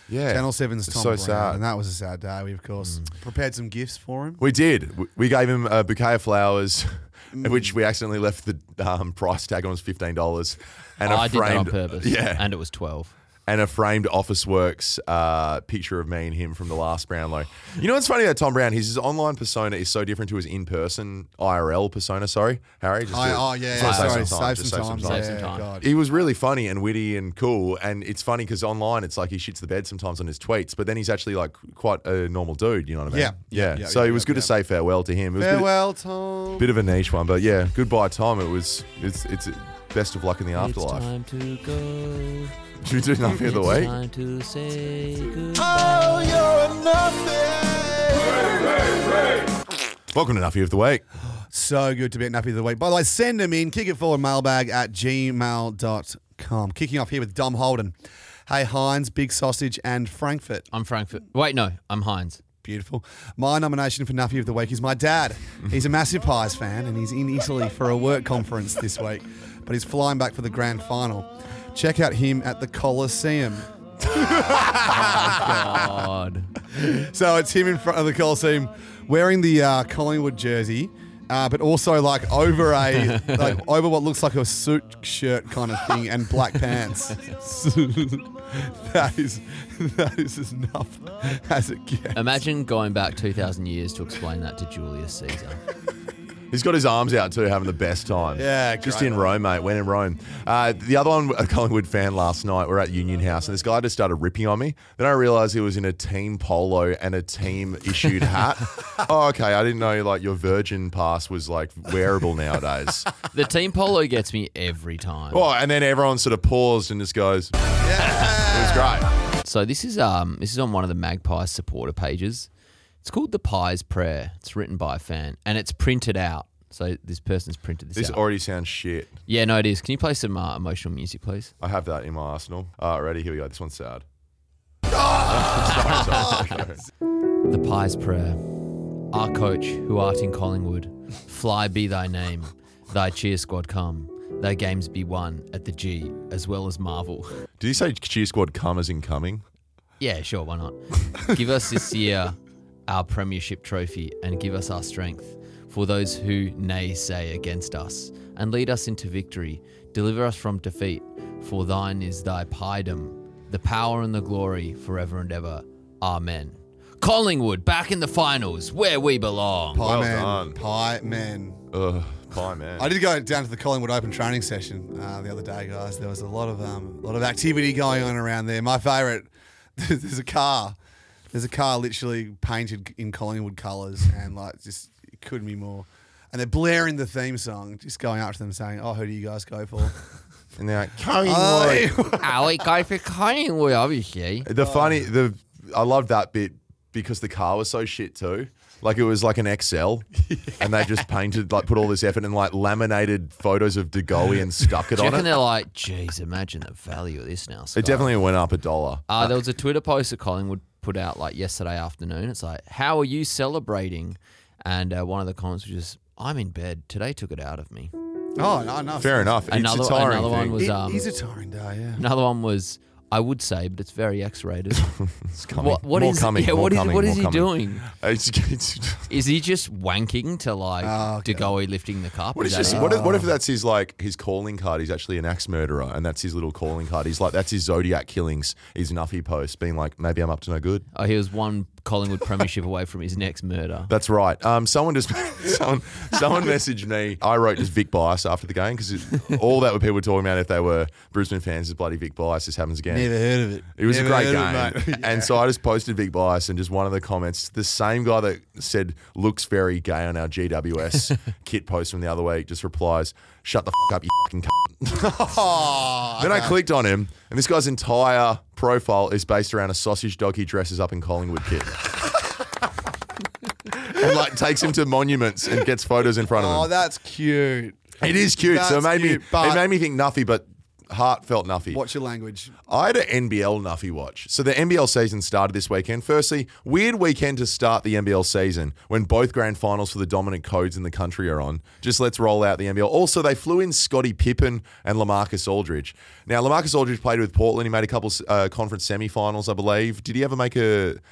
Yeah.
Channel 7's
It's
Tom
so
Brown.
sad.
And that was a sad day. We, of course, prepared some gifts for him.
We did. W- We gave him a bouquet of flowers, which we accidentally left the um, price tag on was fifteen dollars, and
I
a
did that on
framed
purpose.
yeah,
And it was twelve.
and a framed Office Works uh, picture of me and him from the last Brownlow. You know what's funny about Tom Brown? His, his online persona is so different to his in-person IRL persona. Sorry, Harry. Just
I-
to-
oh, yeah,
just
yeah,
to
sorry. Save
just
some time. Save some time. Yeah, God.
He was really funny and witty and cool, and it's funny because online it's like he shits the bed sometimes on his tweets, but then he's actually like quite a normal dude. You know what I mean?
Yeah,
yeah.
yeah, yeah,
so
yeah,
it was
yeah,
good
yeah.
to say farewell to him. It was a bit-
Farewell, Tom.
Bit of a niche one, but yeah, goodbye, Tom. It was it's it's best of luck in the
It's
afterlife.
time to go.
Should we do nothing of the
It's
way?
time to say goodbye.
Oh, you're Welcome to Nuffy of the Week.
So good to be at Nappy of the Week. By the way, send them in. Kick it forward mailbag at gmail.com. Kicking off here with Dom Holden. Hey, Heinz, Big Sausage, and Frankfurt.
I'm Frankfurt. Wait, no, I'm Heinz.
Beautiful. My nomination for Nuffy of the Week is my dad. He's a massive Pies fan and he's in Italy for a work conference this week, but he's flying back for the grand final. Check out him at the Colosseum.
God.
so it's him in front of the Coliseum wearing the uh, Collingwood jersey, uh, but also like over a like over what looks like a suit shirt kind of thing and black pants. that is that is as enough as it gets.
Imagine going back 2,000 years to explain that to Julius Caesar.
He's got his arms out too, having the best time.
Yeah,
just
great
in Rome, mate. When in Rome. Uh, the other one, a Collingwood fan last night. We're at Union House, and this guy just started ripping on me. Then I realised he was in a team polo and a team issued hat. oh, okay. I didn't know like your Virgin pass was like wearable nowadays.
the team polo gets me every time.
Oh, and then everyone sort of paused and just goes, "Yeah, it was great."
So this is um this is on one of the Magpies supporter pages. It's called the Pies Prayer. It's written by a fan and it's printed out. So this person's printed this,
This
out.
already sounds shit.
yeah, no, it is. Can you play some uh, emotional music, please?
I have that in my arsenal. Alrighty, here we go. This one's sad.
The Pies Prayer. Our coach, who art in Collingwood, fly be thy name, thy cheer squad come, thy games be won at the G, as well as Marvel.
Did you say cheer squad come as in coming?
Yeah, sure, why not? give us this year our premiership trophy and give us our strength for those who naysay against us and lead us into victory. Deliver us from defeat, for thine is thy piedom, the power and the glory forever and ever. Amen. Collingwood back in the finals where we belong.
Pie man, pie man.
Ugh, pie man.
I did go down to the Collingwood Open training session uh, the other day, guys. There was a lot of um, lot of activity going on around there. My favourite, there's a car, there's a car literally painted in Collingwood colours, and like just it couldn't be more. And they're blaring the theme song, just going up to them saying, "Oh, who do you guys go for?"
And they're like,
oh, we go for Collingwood, obviously.
The funny, the I love that bit because the car was so shit too. Like it was like an XL, and they just painted, like put all this effort and like laminated photos of De Goey and stuck it
Do you
on
reckon
it.
they're like, geez, imagine the value of this now. Scott."
It definitely went up a dollar.
Uh, there was a Twitter post that Collingwood put out like yesterday afternoon. It's like, how are you celebrating? And uh, one of the comments was just, I'm in bed. Today took it out of me.
Oh, no, no.
Fair enough. It's
Another,
a tiring
another one
thing.
was.
It
Um,
is a tiring day, yeah.
Another one was, I would say, but it's very X rated.
it's coming.
What, what
More
is-
coming,
Yeah,
more
what is-
coming,
what is
more
he
coming.
doing?
It's, it's,
Is he just wanking to like
Ah, okay.
De Goey lifting the cup?
What is
that
this?
it? Oh.
What if, what if that's his like his calling card? He's actually an axe murderer, and that's his little calling card. He's like that's his zodiac killings. His Nuffy post being like, maybe I'm up to no good.
Oh, he was one Collingwood premiership away from his next murder.
That's right. Um, someone just someone someone messaged me. I wrote just Vic Bias after the game because all that were people were talking about if they were Brisbane fans is bloody Vic Bias. This happens again.
Never heard of it.
It was a
Never
great
heard of it,
game, and so I just posted Vic Bias, and just one of the comments, the same guy that said looks very gay on our GWS kit post from the other week, just replies, "Shut the f- up, you fucking." cunt." Then I
Uh-huh.
clicked on him, and this guy's entire profile is based around a sausage dog he dresses up in Collingwood kit. and like takes him to monuments and gets photos in front of him.
Oh, that's cute.
It is cute. so it
Oh, That's
made
cute,
me
but-
it made me think Nuffy, but heartfelt Nuffy.
Watch your language.
I had an NBL Nuffy watch. So the NBL season started this weekend. Firstly, weird weekend to start the NBL season when both grand finals for the dominant codes in the country are on. Just let's roll out the NBL. Also, they flew in Scotty Pippen and Lamarcus Aldridge. Now, Lamarcus Aldridge played with Portland. He made a couple uh, conference semifinals, I believe. Did he ever make a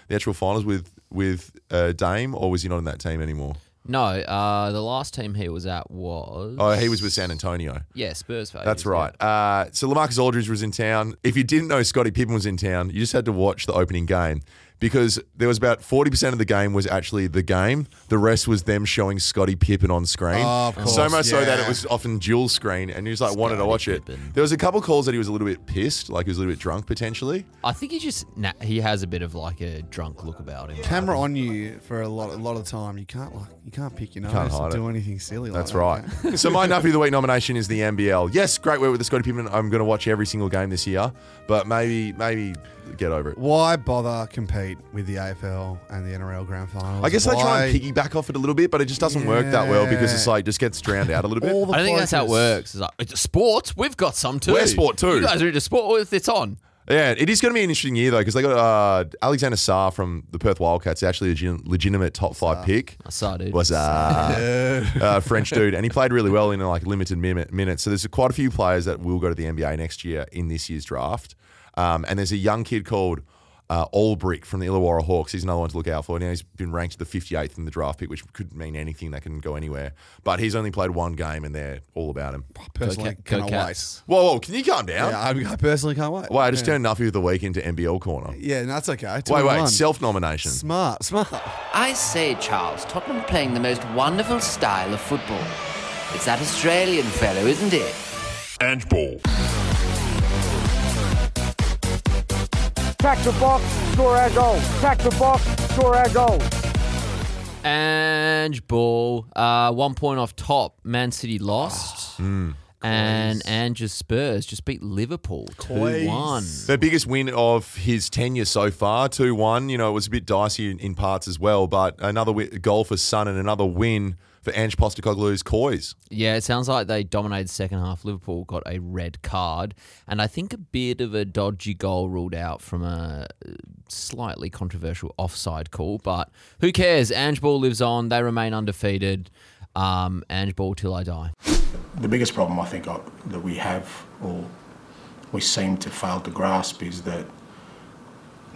the actual finals with with uh, Dame, or was he not in that team anymore?
No, uh, the last team he was at was.
Oh, he was with San Antonio.
Yeah, Spurs. Failures,
That's
yeah.
right. Uh, so Lamarcus Aldridge was in town. If you didn't know Scotty Pippen was in town, you just had to watch the opening game because there was about 40% of the game was actually the game. The rest was them showing Scotty Pippen on screen.
Oh, of
so
course,
much so that
yeah.
it was often dual screen and he was like wanted to watch it. There was a couple calls that he was a little bit pissed, like he was a little bit drunk potentially.
I think he just nah, he has a bit of like a drunk look about him.
Camera on you for a lot, a lot of time. You can't like, you can't pick your nose
Can't hide
or do
it.
anything silly.
That's
like
right.
that,
so my Nuffy of the Week nomination is the NBL. Yes, great work with the Scotty Pippen. I'm going to watch every single game this year, but maybe maybe get over it.
Why bother compete with the AFL and the NRL grand finals?
I guess they try and
Why-
piggyback off it a little bit, but it just doesn't work that well because it's
Yeah.
like just gets drowned out a little bit.
All
I don't think that's how it works. It's like it's sport. We've got some too.
We're sport too.
You guys are into sport. Well, if It's on.
Yeah, it is going to be an interesting year though because they got uh, Alexander Saar from the Perth Wildcats, actually a legit- legitimate top five pick.
Saar dude.
What's up? uh, French dude, and he played really well in like limited minute, minutes. So there's quite a few players that will go to the NBA next year in this year's draft. Um, and there's a young kid called uh, Albrick from the Illawarra Hawks. He's another one to look out for. Now he's been ranked the 58th in the draft pick, which could mean anything. That can go anywhere. But he's only played one game, and they're all about him.
Personally, Go Ca- go cannot Cats.
Whoa, whoa! Can you calm down?
Yeah, I, I personally can't wait.
Wait, I just
yeah.
turned Nuffy of the Week into NBL Corner.
Yeah, no, that's okay. Two
wait,
and
wait,
one.
self nomination.
Smart, smart.
I say, Charles, Tottenham playing the most wonderful style of football. It's that Australian fellow, isn't it? And ball.
Crack the box, score our goal. Crack the box, score our goal.
Ange Ball, uh, one point off top. Man City lost.
Ah. Hmm.
and Ange's Spurs just beat Liverpool 2 1.
Their biggest win of his tenure so far, 2 1. You know, it was a bit dicey in, in parts as well, but another wi- goal for Sun and another win for Ange Postacoglu's Coys.
Yeah, it sounds like they dominated second half. Liverpool got a red card, and I think a bit of a dodgy goal ruled out from a uh, slightly controversial offside call. But who cares? Ange Ball lives on. They remain undefeated. Um, Ange Ball till I die.
The biggest problem I think I, that we have, or we seem to fail to grasp, is that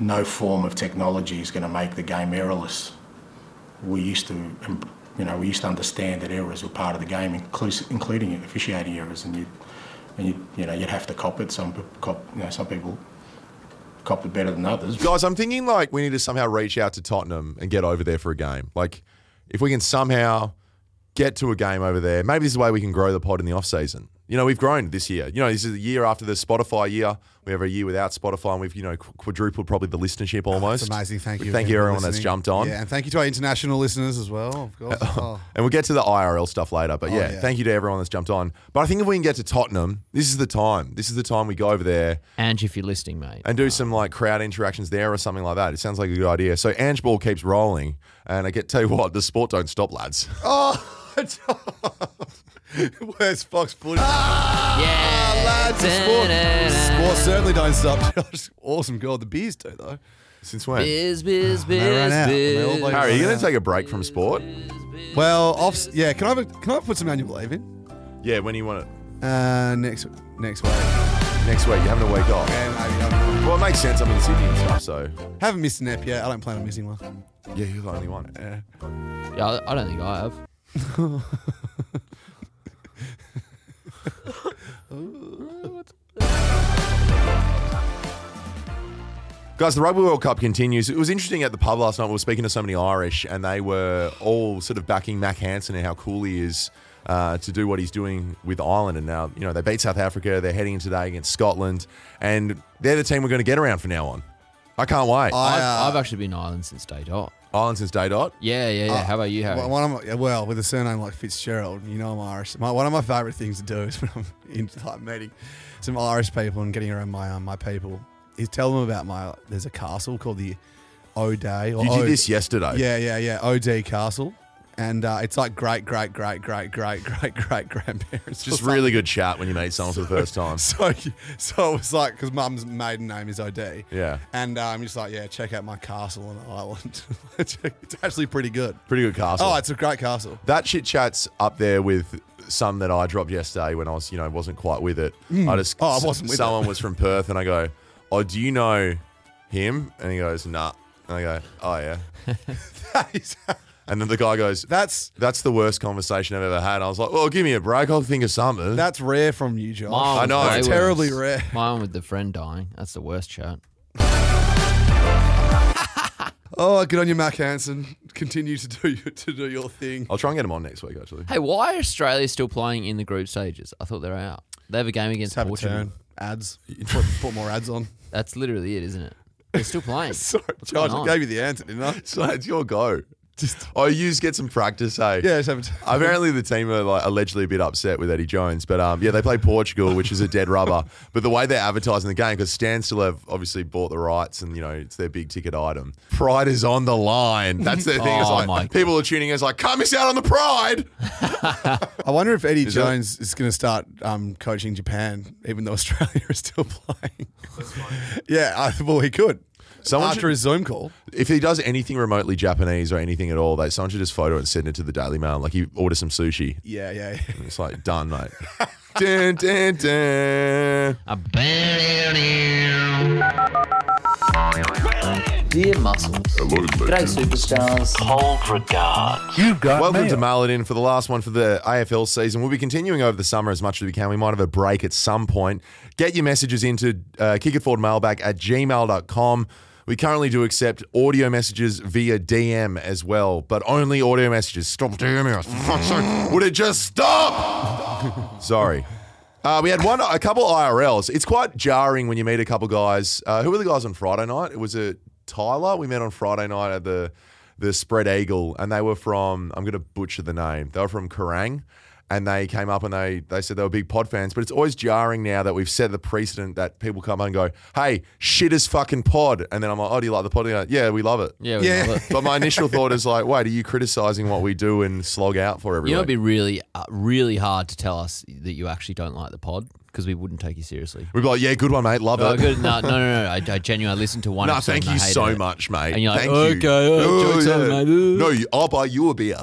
no form of technology is going to make the game errorless. We used to, um, you know, we used to understand that errors were part of the game, inclus- including officiating errors, and you, and you, you know, you'd have to cop it. Some pe- cop, you know, some people cop it better than others.
Guys, I'm thinking like we need to somehow reach out to Tottenham and get over there for a game. Like, if we can somehow get to a game over there, maybe this is the way we can grow the pod in the off season. You know, we've grown this year. You know, this is the year after the Spotify year. We have a year without Spotify, and we've you know qu- quadrupled probably the listenership almost.
It's Oh, amazing. Thank
We
you.
Thank you,
again for
everyone that's
listening.
jumped on.
Yeah, and thank you to our international listeners as well, of course. Oh.
And we'll get to the IRL stuff later. But
Oh,
yeah,
yeah.
thank you to everyone that's jumped on. But I think if we can get to Tottenham, this is the time. This is the time we go over there.
Ange, if you're listening, mate.
And do some like crowd interactions there or something like that. It sounds like a good idea. So Ange Ball keeps rolling. And I get tell you what, the sport don't stop, lads.
Oh, where's Fox footage?
yeah,
Ah, lads, the sport, sport certainly don't stop. Josh. awesome girl. The beers do though.
Since
when?
Biz, biz,
When they run
biz,
out, when they all
biz.
bloody
Harry, are you
run
going
out.
to take a break from sport?
Well, off. Yeah, can I have a, can I put some annual leave in?
Yeah, when do you want it?
Uh, next next week.
Next week, you're having a week off. Well, it makes sense. I'm in Sydney and stuff, so.
Haven't missed a nap yet. I don't plan on missing one.
Yeah, you're the only one.
Yeah.
Yeah, I- I don't think I have.
Guys, the Rugby World Cup continues. It was interesting at the pub last night. We were speaking to so many Irish, and they were all sort of backing Mac Hansen and how cool he is uh, to do what he's doing with Ireland. And now, you know, they beat South Africa. They're heading in today against Scotland, and they're the team we're going to get around from now on. I can't wait.
I've, I've actually been in Ireland since day dot.
Ireland since day dot.
Yeah, yeah, yeah.
Uh,
How about you, Harry?
Well, one of my, well, with a surname like Fitzgerald, you know I'm Irish. My, one of my favourite things to do is when I'm in like meeting some Irish people and getting around my um, my people is tell them about my there's a castle called the O'Day. Or
You did
O-
this yesterday.
Yeah, yeah, yeah. O'Day Castle. and uh, it's like great, great, great, great, great, great, great grandparents.
Just really good chat when you meet someone for the first time.
So, so it was like because mum's maiden name is OD.
Yeah.
And um, just like, yeah, check out my castle on the island. it's actually pretty good.
Pretty good castle.
Oh, it's a great castle.
That shit chat's up there with some that I dropped yesterday when I was, you know, wasn't quite with it.
Mm.
I just,
Oh, I wasn't with
someone
it.
was from Perth, and I go, "Oh, do you know him?" And he goes, "Nah." And I go, "Oh yeah." and then the guy goes,
"That's
that's the worst conversation I've ever had." I was like, "Well, give me a break. I'll think of something."
That's rare from you, Josh.
Mine I know. was-
It's terribly rare.
Mine with the friend dying. That's the worst chat.
Oh, good on you, Mac Hansen. Continue to do your, to do your thing.
I'll try and get him on next week, actually.
Hey, why are Australia still playing in the group stages? I thought they were out. They have a game against
have a
Portugal.
turn. Ads. Put, put more ads on.
That's literally it, isn't it? They're still playing.
Sorry,
What's
Josh,
going
I
on?
gave you the answer, didn't I?
So it's your go. oh, you just get some practice, hey?
Yeah, just have a t-
Apparently, the team are like allegedly a bit upset with Eddie Jones, but um, yeah, they play Portugal, which is a dead rubber. But the way they're advertising the game, because Stan still have obviously bought the rights, and you know it's their big ticket item. Pride is on the line. That's their thing. It's
Oh,
like
my-
people are tuning in. It's like, can't miss out on the pride.
I wonder if Eddie
Is that-
Jones is going to start um, coaching Japan, even though Australia is still playing. yeah, I, well, he could.
Someone
After
should-
his Zoom call.
If he does anything remotely Japanese or anything at all, they someone should just photo it and send it to the Daily Mail. Like you order some sushi.
Yeah, yeah.
And it's like done, mate. dun, dun, dun.
Dear Muscles. G'day, superstars. Cold regards.
You got Welcome
mail.
to Mail It In for the last one for the AFL season. We'll be continuing over the summer as much as we can. We might have a break at some point. Get your messages into uh, kickitforwardmailback at gmail.com. We currently do accept audio messages via DM as well, but only audio messages. Stop DMing us. For fuck's sake. Would it just stop? Sorry. Uh, we had one, a couple IRLs. It's quite jarring when you meet a couple guys. Uh, who were the guys on Friday night? It was a Tyler we met on Friday night at the the Spread Eagle, and they were from. I'm going to butcher the name. They were from Kerrang, and they came up and they they said they were big pod fans. But it's always jarring now that we've set the precedent that people come up and go, "Hey, shit is fucking pod," and then I'm like, "Oh, do you like the pod?" And they go, yeah, we love it.
Yeah, we Yeah. love it.
But my initial thought is like, "Wait, are you criticizing what we do and slog out for everyone?"
You know, it'd be really, uh, really hard to tell us that you actually don't like the pod because we wouldn't take you seriously.
We'd be like, yeah, good one, mate. Love
Oh,
it.
good. No, no, no, no. I, I genuinely I listened to one.
No,
episode
thank
and I
you
hated
so
it.
much, mate.
And you're like,
thank
okay,
you.
oh, jokes on, mate. Ooh. Oh.
No, you- I'll buy you a beer.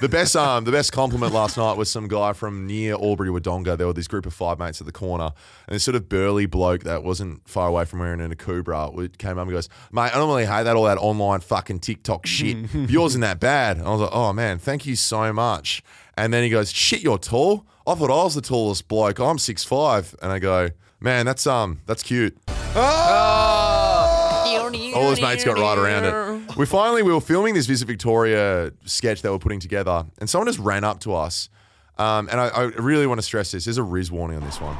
the best um the best compliment last night was some guy from near Albury Wodonga. There were this group of five mates at the corner, and this sort of burly bloke that wasn't far away from wearing in a Kubra would- came up and goes, "Mate, I don't really hate that all that online fucking TikTok shit. Yours isn't that bad." And I was like, "Oh man, thank you so much." And then he goes, "Shit, you're tall. I thought I was the tallest bloke. I'm 6'5". And I go, "Man, that's um that's cute." All his mates got right around it. We finally we were filming this Visit Victoria sketch that we're putting together, and someone just ran up to us. Um, and I, I really want to stress this. There's a Riz warning on this one.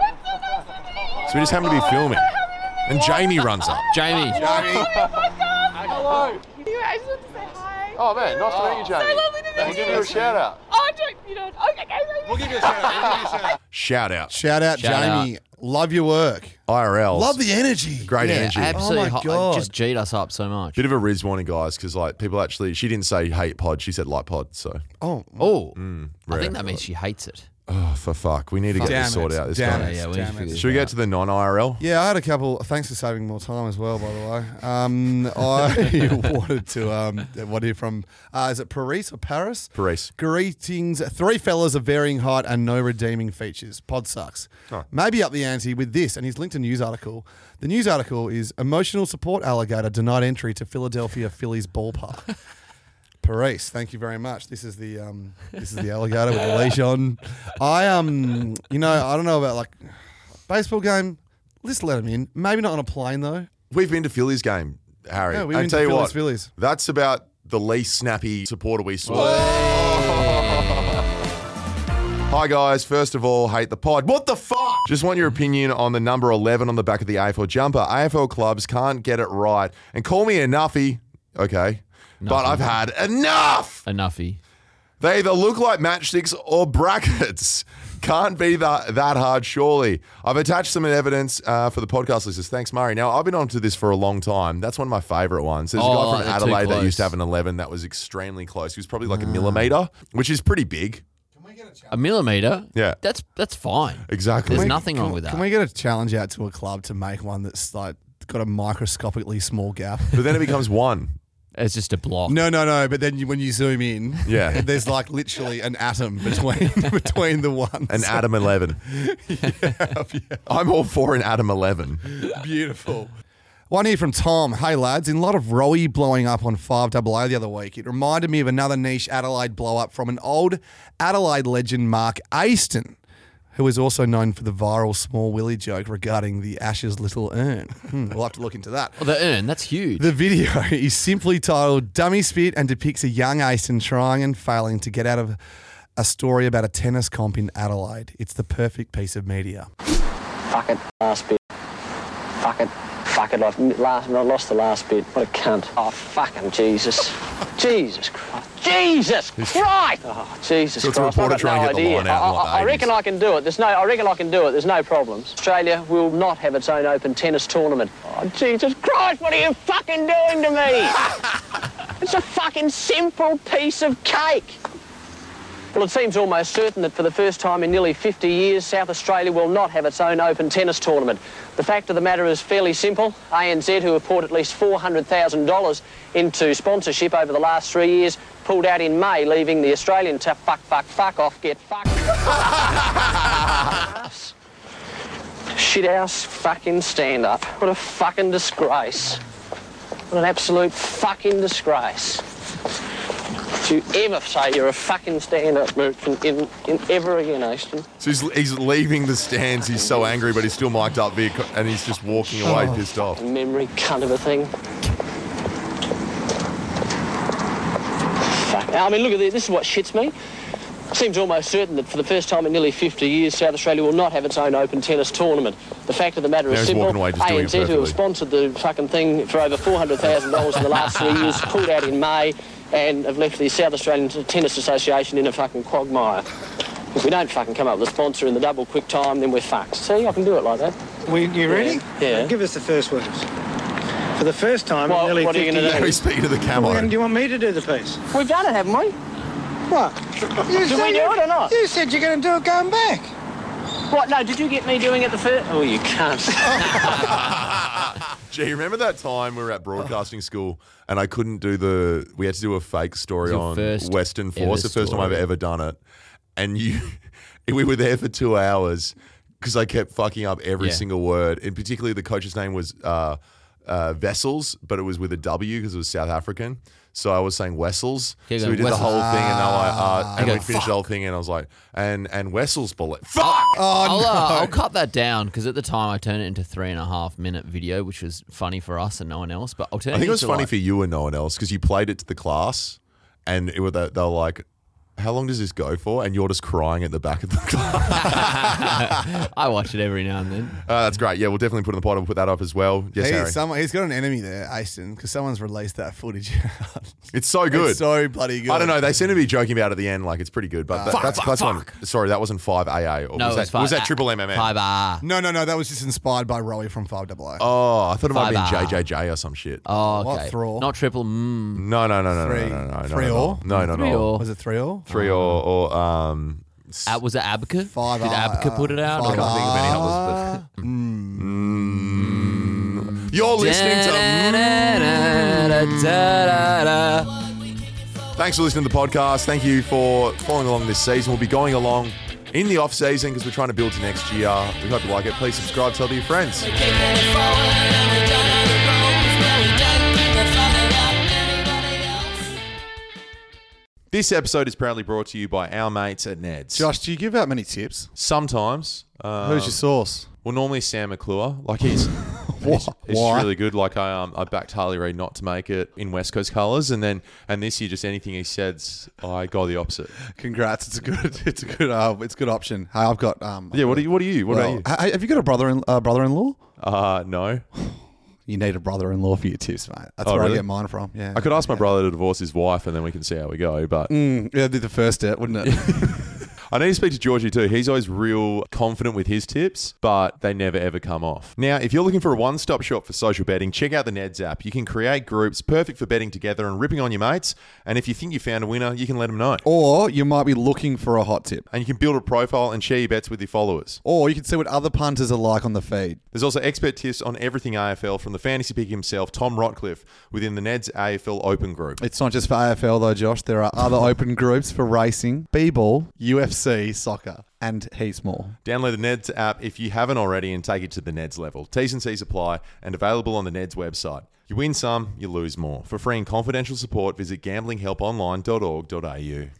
So we just happen to be filming, and Jamie runs up.
Jamie.
Hello.
You actually have to say hi.
Oh, man, nice to meet you, Jamie.
So lovely to meet
Thank
you.
you. We'll give you a shout out.
Oh, don't, you don't. Okay, okay. We'll give you a shout out.
Shout out.
Shout out,
Shout
Jamie. Love your work.
IRL.
Love the energy.
Great
Yeah,
energy.
absolutely Oh my hot. God.
Just G'd us up so much.
Bit of a Riz warning, guys, because like people actually, she didn't say hate pod, she said light pod. So
Oh.
Oh. I
rare.
think that means she hates it.
Oh, for fuck. We need to get
Damn
this sorted
it.
out. This
Damn
guy.
it. Yeah, we need to Damn figure it. this
Should we get to the non IRL?
Yeah, I had a couple. Thanks for saving more time as well, by the way. Um, I wanted to. Um, what are you from? Uh, is it Paris or Paris?
Paris.
Greetings, three fellas of varying height and no redeeming features. Pod sucks.
Oh.
Maybe up the ante with this, and he's linked a news article. The news article is emotional support alligator denied entry to Philadelphia Phillies ballpark. Paris, thank you very much. This is the um, this is the alligator with the leash on. I um, you know, I don't know about like baseball game. Let's let him in. Maybe not on a plane though.
We've been to Phillies game, Harry.
Yeah, we've
I
been
tell
to
you
Phillies,
what,
Phillies.
that's about the least snappy supporter we saw. Hi guys, first of all, hate the pod. What the fuck? Just want your opinion on the number 11 on the back of the AFL jumper. AFL clubs can't get it right. And call me a nuffy. Okay. But I've had enough.
Enoughy.
They either look like matchsticks or brackets. Can't be that, that hard, surely. I've attached some evidence uh, for the podcast listeners. Thanks, Murray. Now, I've been onto this for a long time. That's one of my favourite ones. There's a
Oh,
guy from
they're too
Adelaide that
close.
used to have an 11 that was extremely close. He was probably like
Ah.
a millimetre, which is pretty big.
A millimetre?
Yeah.
That's that's fine.
Exactly.
There's
Can we-
nothing
can-
wrong with that.
Can we get a challenge out to a club to make one that's like got a microscopically small gap?
But then it becomes one.
It's just a block.
No, no, no. But then you, when you zoom in,
Yeah.
there's like literally an atom between between the ones.
An Adam 11. I'm all for an Adam 11.
Beautiful. One here from Tom. Hey lads, in light of Rowie blowing up on 5AA the other week, it reminded me of another niche Adelaide blow up from an old Adelaide legend, Mark Aston, who is also known for the viral small willy joke regarding the Ashes little urn. Hmm, we'll have to look into that.
Oh, the urn, that's huge.
The video is simply titled Dummy Spit and depicts a young Aston trying and failing to get out of a story about a tennis comp in Adelaide. It's the perfect piece of media.
Fuck it, last bit. Fuck it, fuck it. I've last, I lost the last bit. What a cunt. Oh, fucking Jesus. Jesus Christ. Jesus Christ! Oh, Jesus
So it's a
Christ.
reporter
I've got
trying to
no
get the
idea.
line out
I,
in like
I- I
the
reckon I can do it. There's no. I reckon I can do it. There's no problems. Australia will not have its own open tennis tournament. Oh, Jesus Christ, what are you fucking doing to me? it's a fucking simple piece of cake. Well, it seems almost certain that for the first time in nearly 50 years, South Australia will not have its own open tennis tournament. The fact of the matter is fairly simple. ANZ, who have poured at least $400,000 into sponsorship over the last three years, pulled out in May, leaving the Australian to fuck, fuck, fuck off, get fucked. Shit house fucking stand up. What a fucking disgrace. What an absolute fucking disgrace. To ever say you're a fucking stand up merchant in, in ever again, Ashton.
So he's, he's leaving the stands. He's so angry, but he's still mic'd up Vic, and he's just walking away
Oh.
pissed off.
Memory cunt of a thing. Fuck. I mean, look at this. This is what shits me. Seems almost certain that for the first time in nearly 50 years, South Australia will not have its own open tennis tournament. The fact of the matter
Now
is
he's
simple.
walking away just doing it
ANZ, who have
perfectly.
sponsored the fucking thing for over $400,000 in the last three years, pulled out in May and have left the South Australian Tennis Association in a fucking quagmire. If we don't fucking come up with a sponsor in the double quick time, then we're fucked. See, I can do it like that.
We, you ready?
Yeah.
Give us the first words. For the first time
What-
in nearly
what are you
50
gonna do?
years.
Now he's speaking to the camo.
What are you gonna- Do you want me to do the piece?
We've done it, haven't we?
What?
Did we do it or not?
You said you're going to do it going back.
What? No, did you get me doing it the first? Oh, you can't.
Gee, remember that time we were at
Oh.
broadcasting school and I couldn't do the. We had to do a fake story
Your
on
first
Western
ever
Force, the first time I've
story.
ever done it. And you, we were there for two hours because I kept fucking up every
Yeah.
single word. And particularly, the coach's name was uh, uh, Vessels, but it was with a W because it was South African. So I was saying Wessels.
Keep
so we
going,
did the whole
Wessels.
thing, and I uh,
Ah.
and
Keep
we
going,
finished the whole thing, and I was like, and and Wessels bullet. Fuck.
I'll,
Oh,
uh,
no.
I'll cut that down because at the time I turned it into three and a half minute video, which was funny for us and no one else. But I'll turn
I think it was
into,
funny
like-
for you and no one else because you played it to the class, and it were they, they were like, "How long does this go for?" And you're just crying at the back of the class.
I watch it every now and then.
Uh, that's great. Yeah, we'll definitely put it in the pod. We'll put that up as well. Yes,
Hey,
Harry.
someone, he's got an enemy there, Aston, because someone's released that footage.
it's so good.
It's so bloody good.
I don't know. They seem to be joking about it at the end, like it's pretty good. But
Uh,
that-
Fuck,
that's,
fuck,
that's one. Sorry, that wasn't five AA. Or
No,
was
it was
that,
five-
that triple MMA?
Five R.
No, no, no. That was just inspired by Rowie from 5AA.
Oh, I thought it might have
Five
been
R.
JJJ or some shit.
Oh, okay.
What, Thrall?
Not triple. Mm.
No, no, no, no,
Three-
no, no, no, no,
three
no,
or?
no, no, no,
Three or?
Was it three or?
three or or um.
Uh, was it Abaca? Five Did
R,
Abaca put it out?
I can't think of any others. But...
Ah. Hmm.
Mm. You're listening Hmm. to. Thanks for listening to the podcast. Thank you for following along this season. We'll be going along in the off season because we're trying to build to next year. We hope you like it. Please subscribe. Tell your friends. This episode is proudly brought to you by our mates at Ned's.
Josh, do you give out many tips?
Sometimes. Um,
Who's your source?
Well, normally Sam McClure. Like he's, he's, he's
Why?
really good. Like I, um, I backed Harley Reid not to make it in West Coast colours, and then and this year just anything he says, I go the opposite.
Congrats. It's a good. It's a good. Uh, it's a good option. Hey, I've got. Um,
Yeah. What are you? What are you? What
well,
are you?
ha- Have you got a brother in uh, brother in law?
Uh no.
You need a brother-in-law for your tips, mate. That's
Oh,
where
really?
I get mine from. Yeah.
I could ask my brother to divorce his wife and then we can see how we go, but
Mm, yeah, that'd be the first step, wouldn't it?
I need to speak to Georgie too. He's always real confident with his tips, but they never ever come off. Now, if you're looking for a one stop shop for social betting, check out the Neds app. You can create groups perfect for betting together and ripping on your mates. And if you think you found a winner, you can let them know.
or you might be looking for a hot tip.
And you can build a profile and share your bets with your followers.
Or you can see what other punters are like on the feed.
There's also expert tips on everything AFL from the fantasy pick himself, Tom Rotcliffe, within the Neds AFL Open Group.
It's not just for AFL though, Josh. There are other open groups for racing, b-ball, UFC, soccer, and heaps more.
Download the Neds app if you haven't already and take it to the Neds level. T's and C's apply and available on the Neds website. You win some, you lose more. For free and confidential support, visit gamblinghelponline.org.au.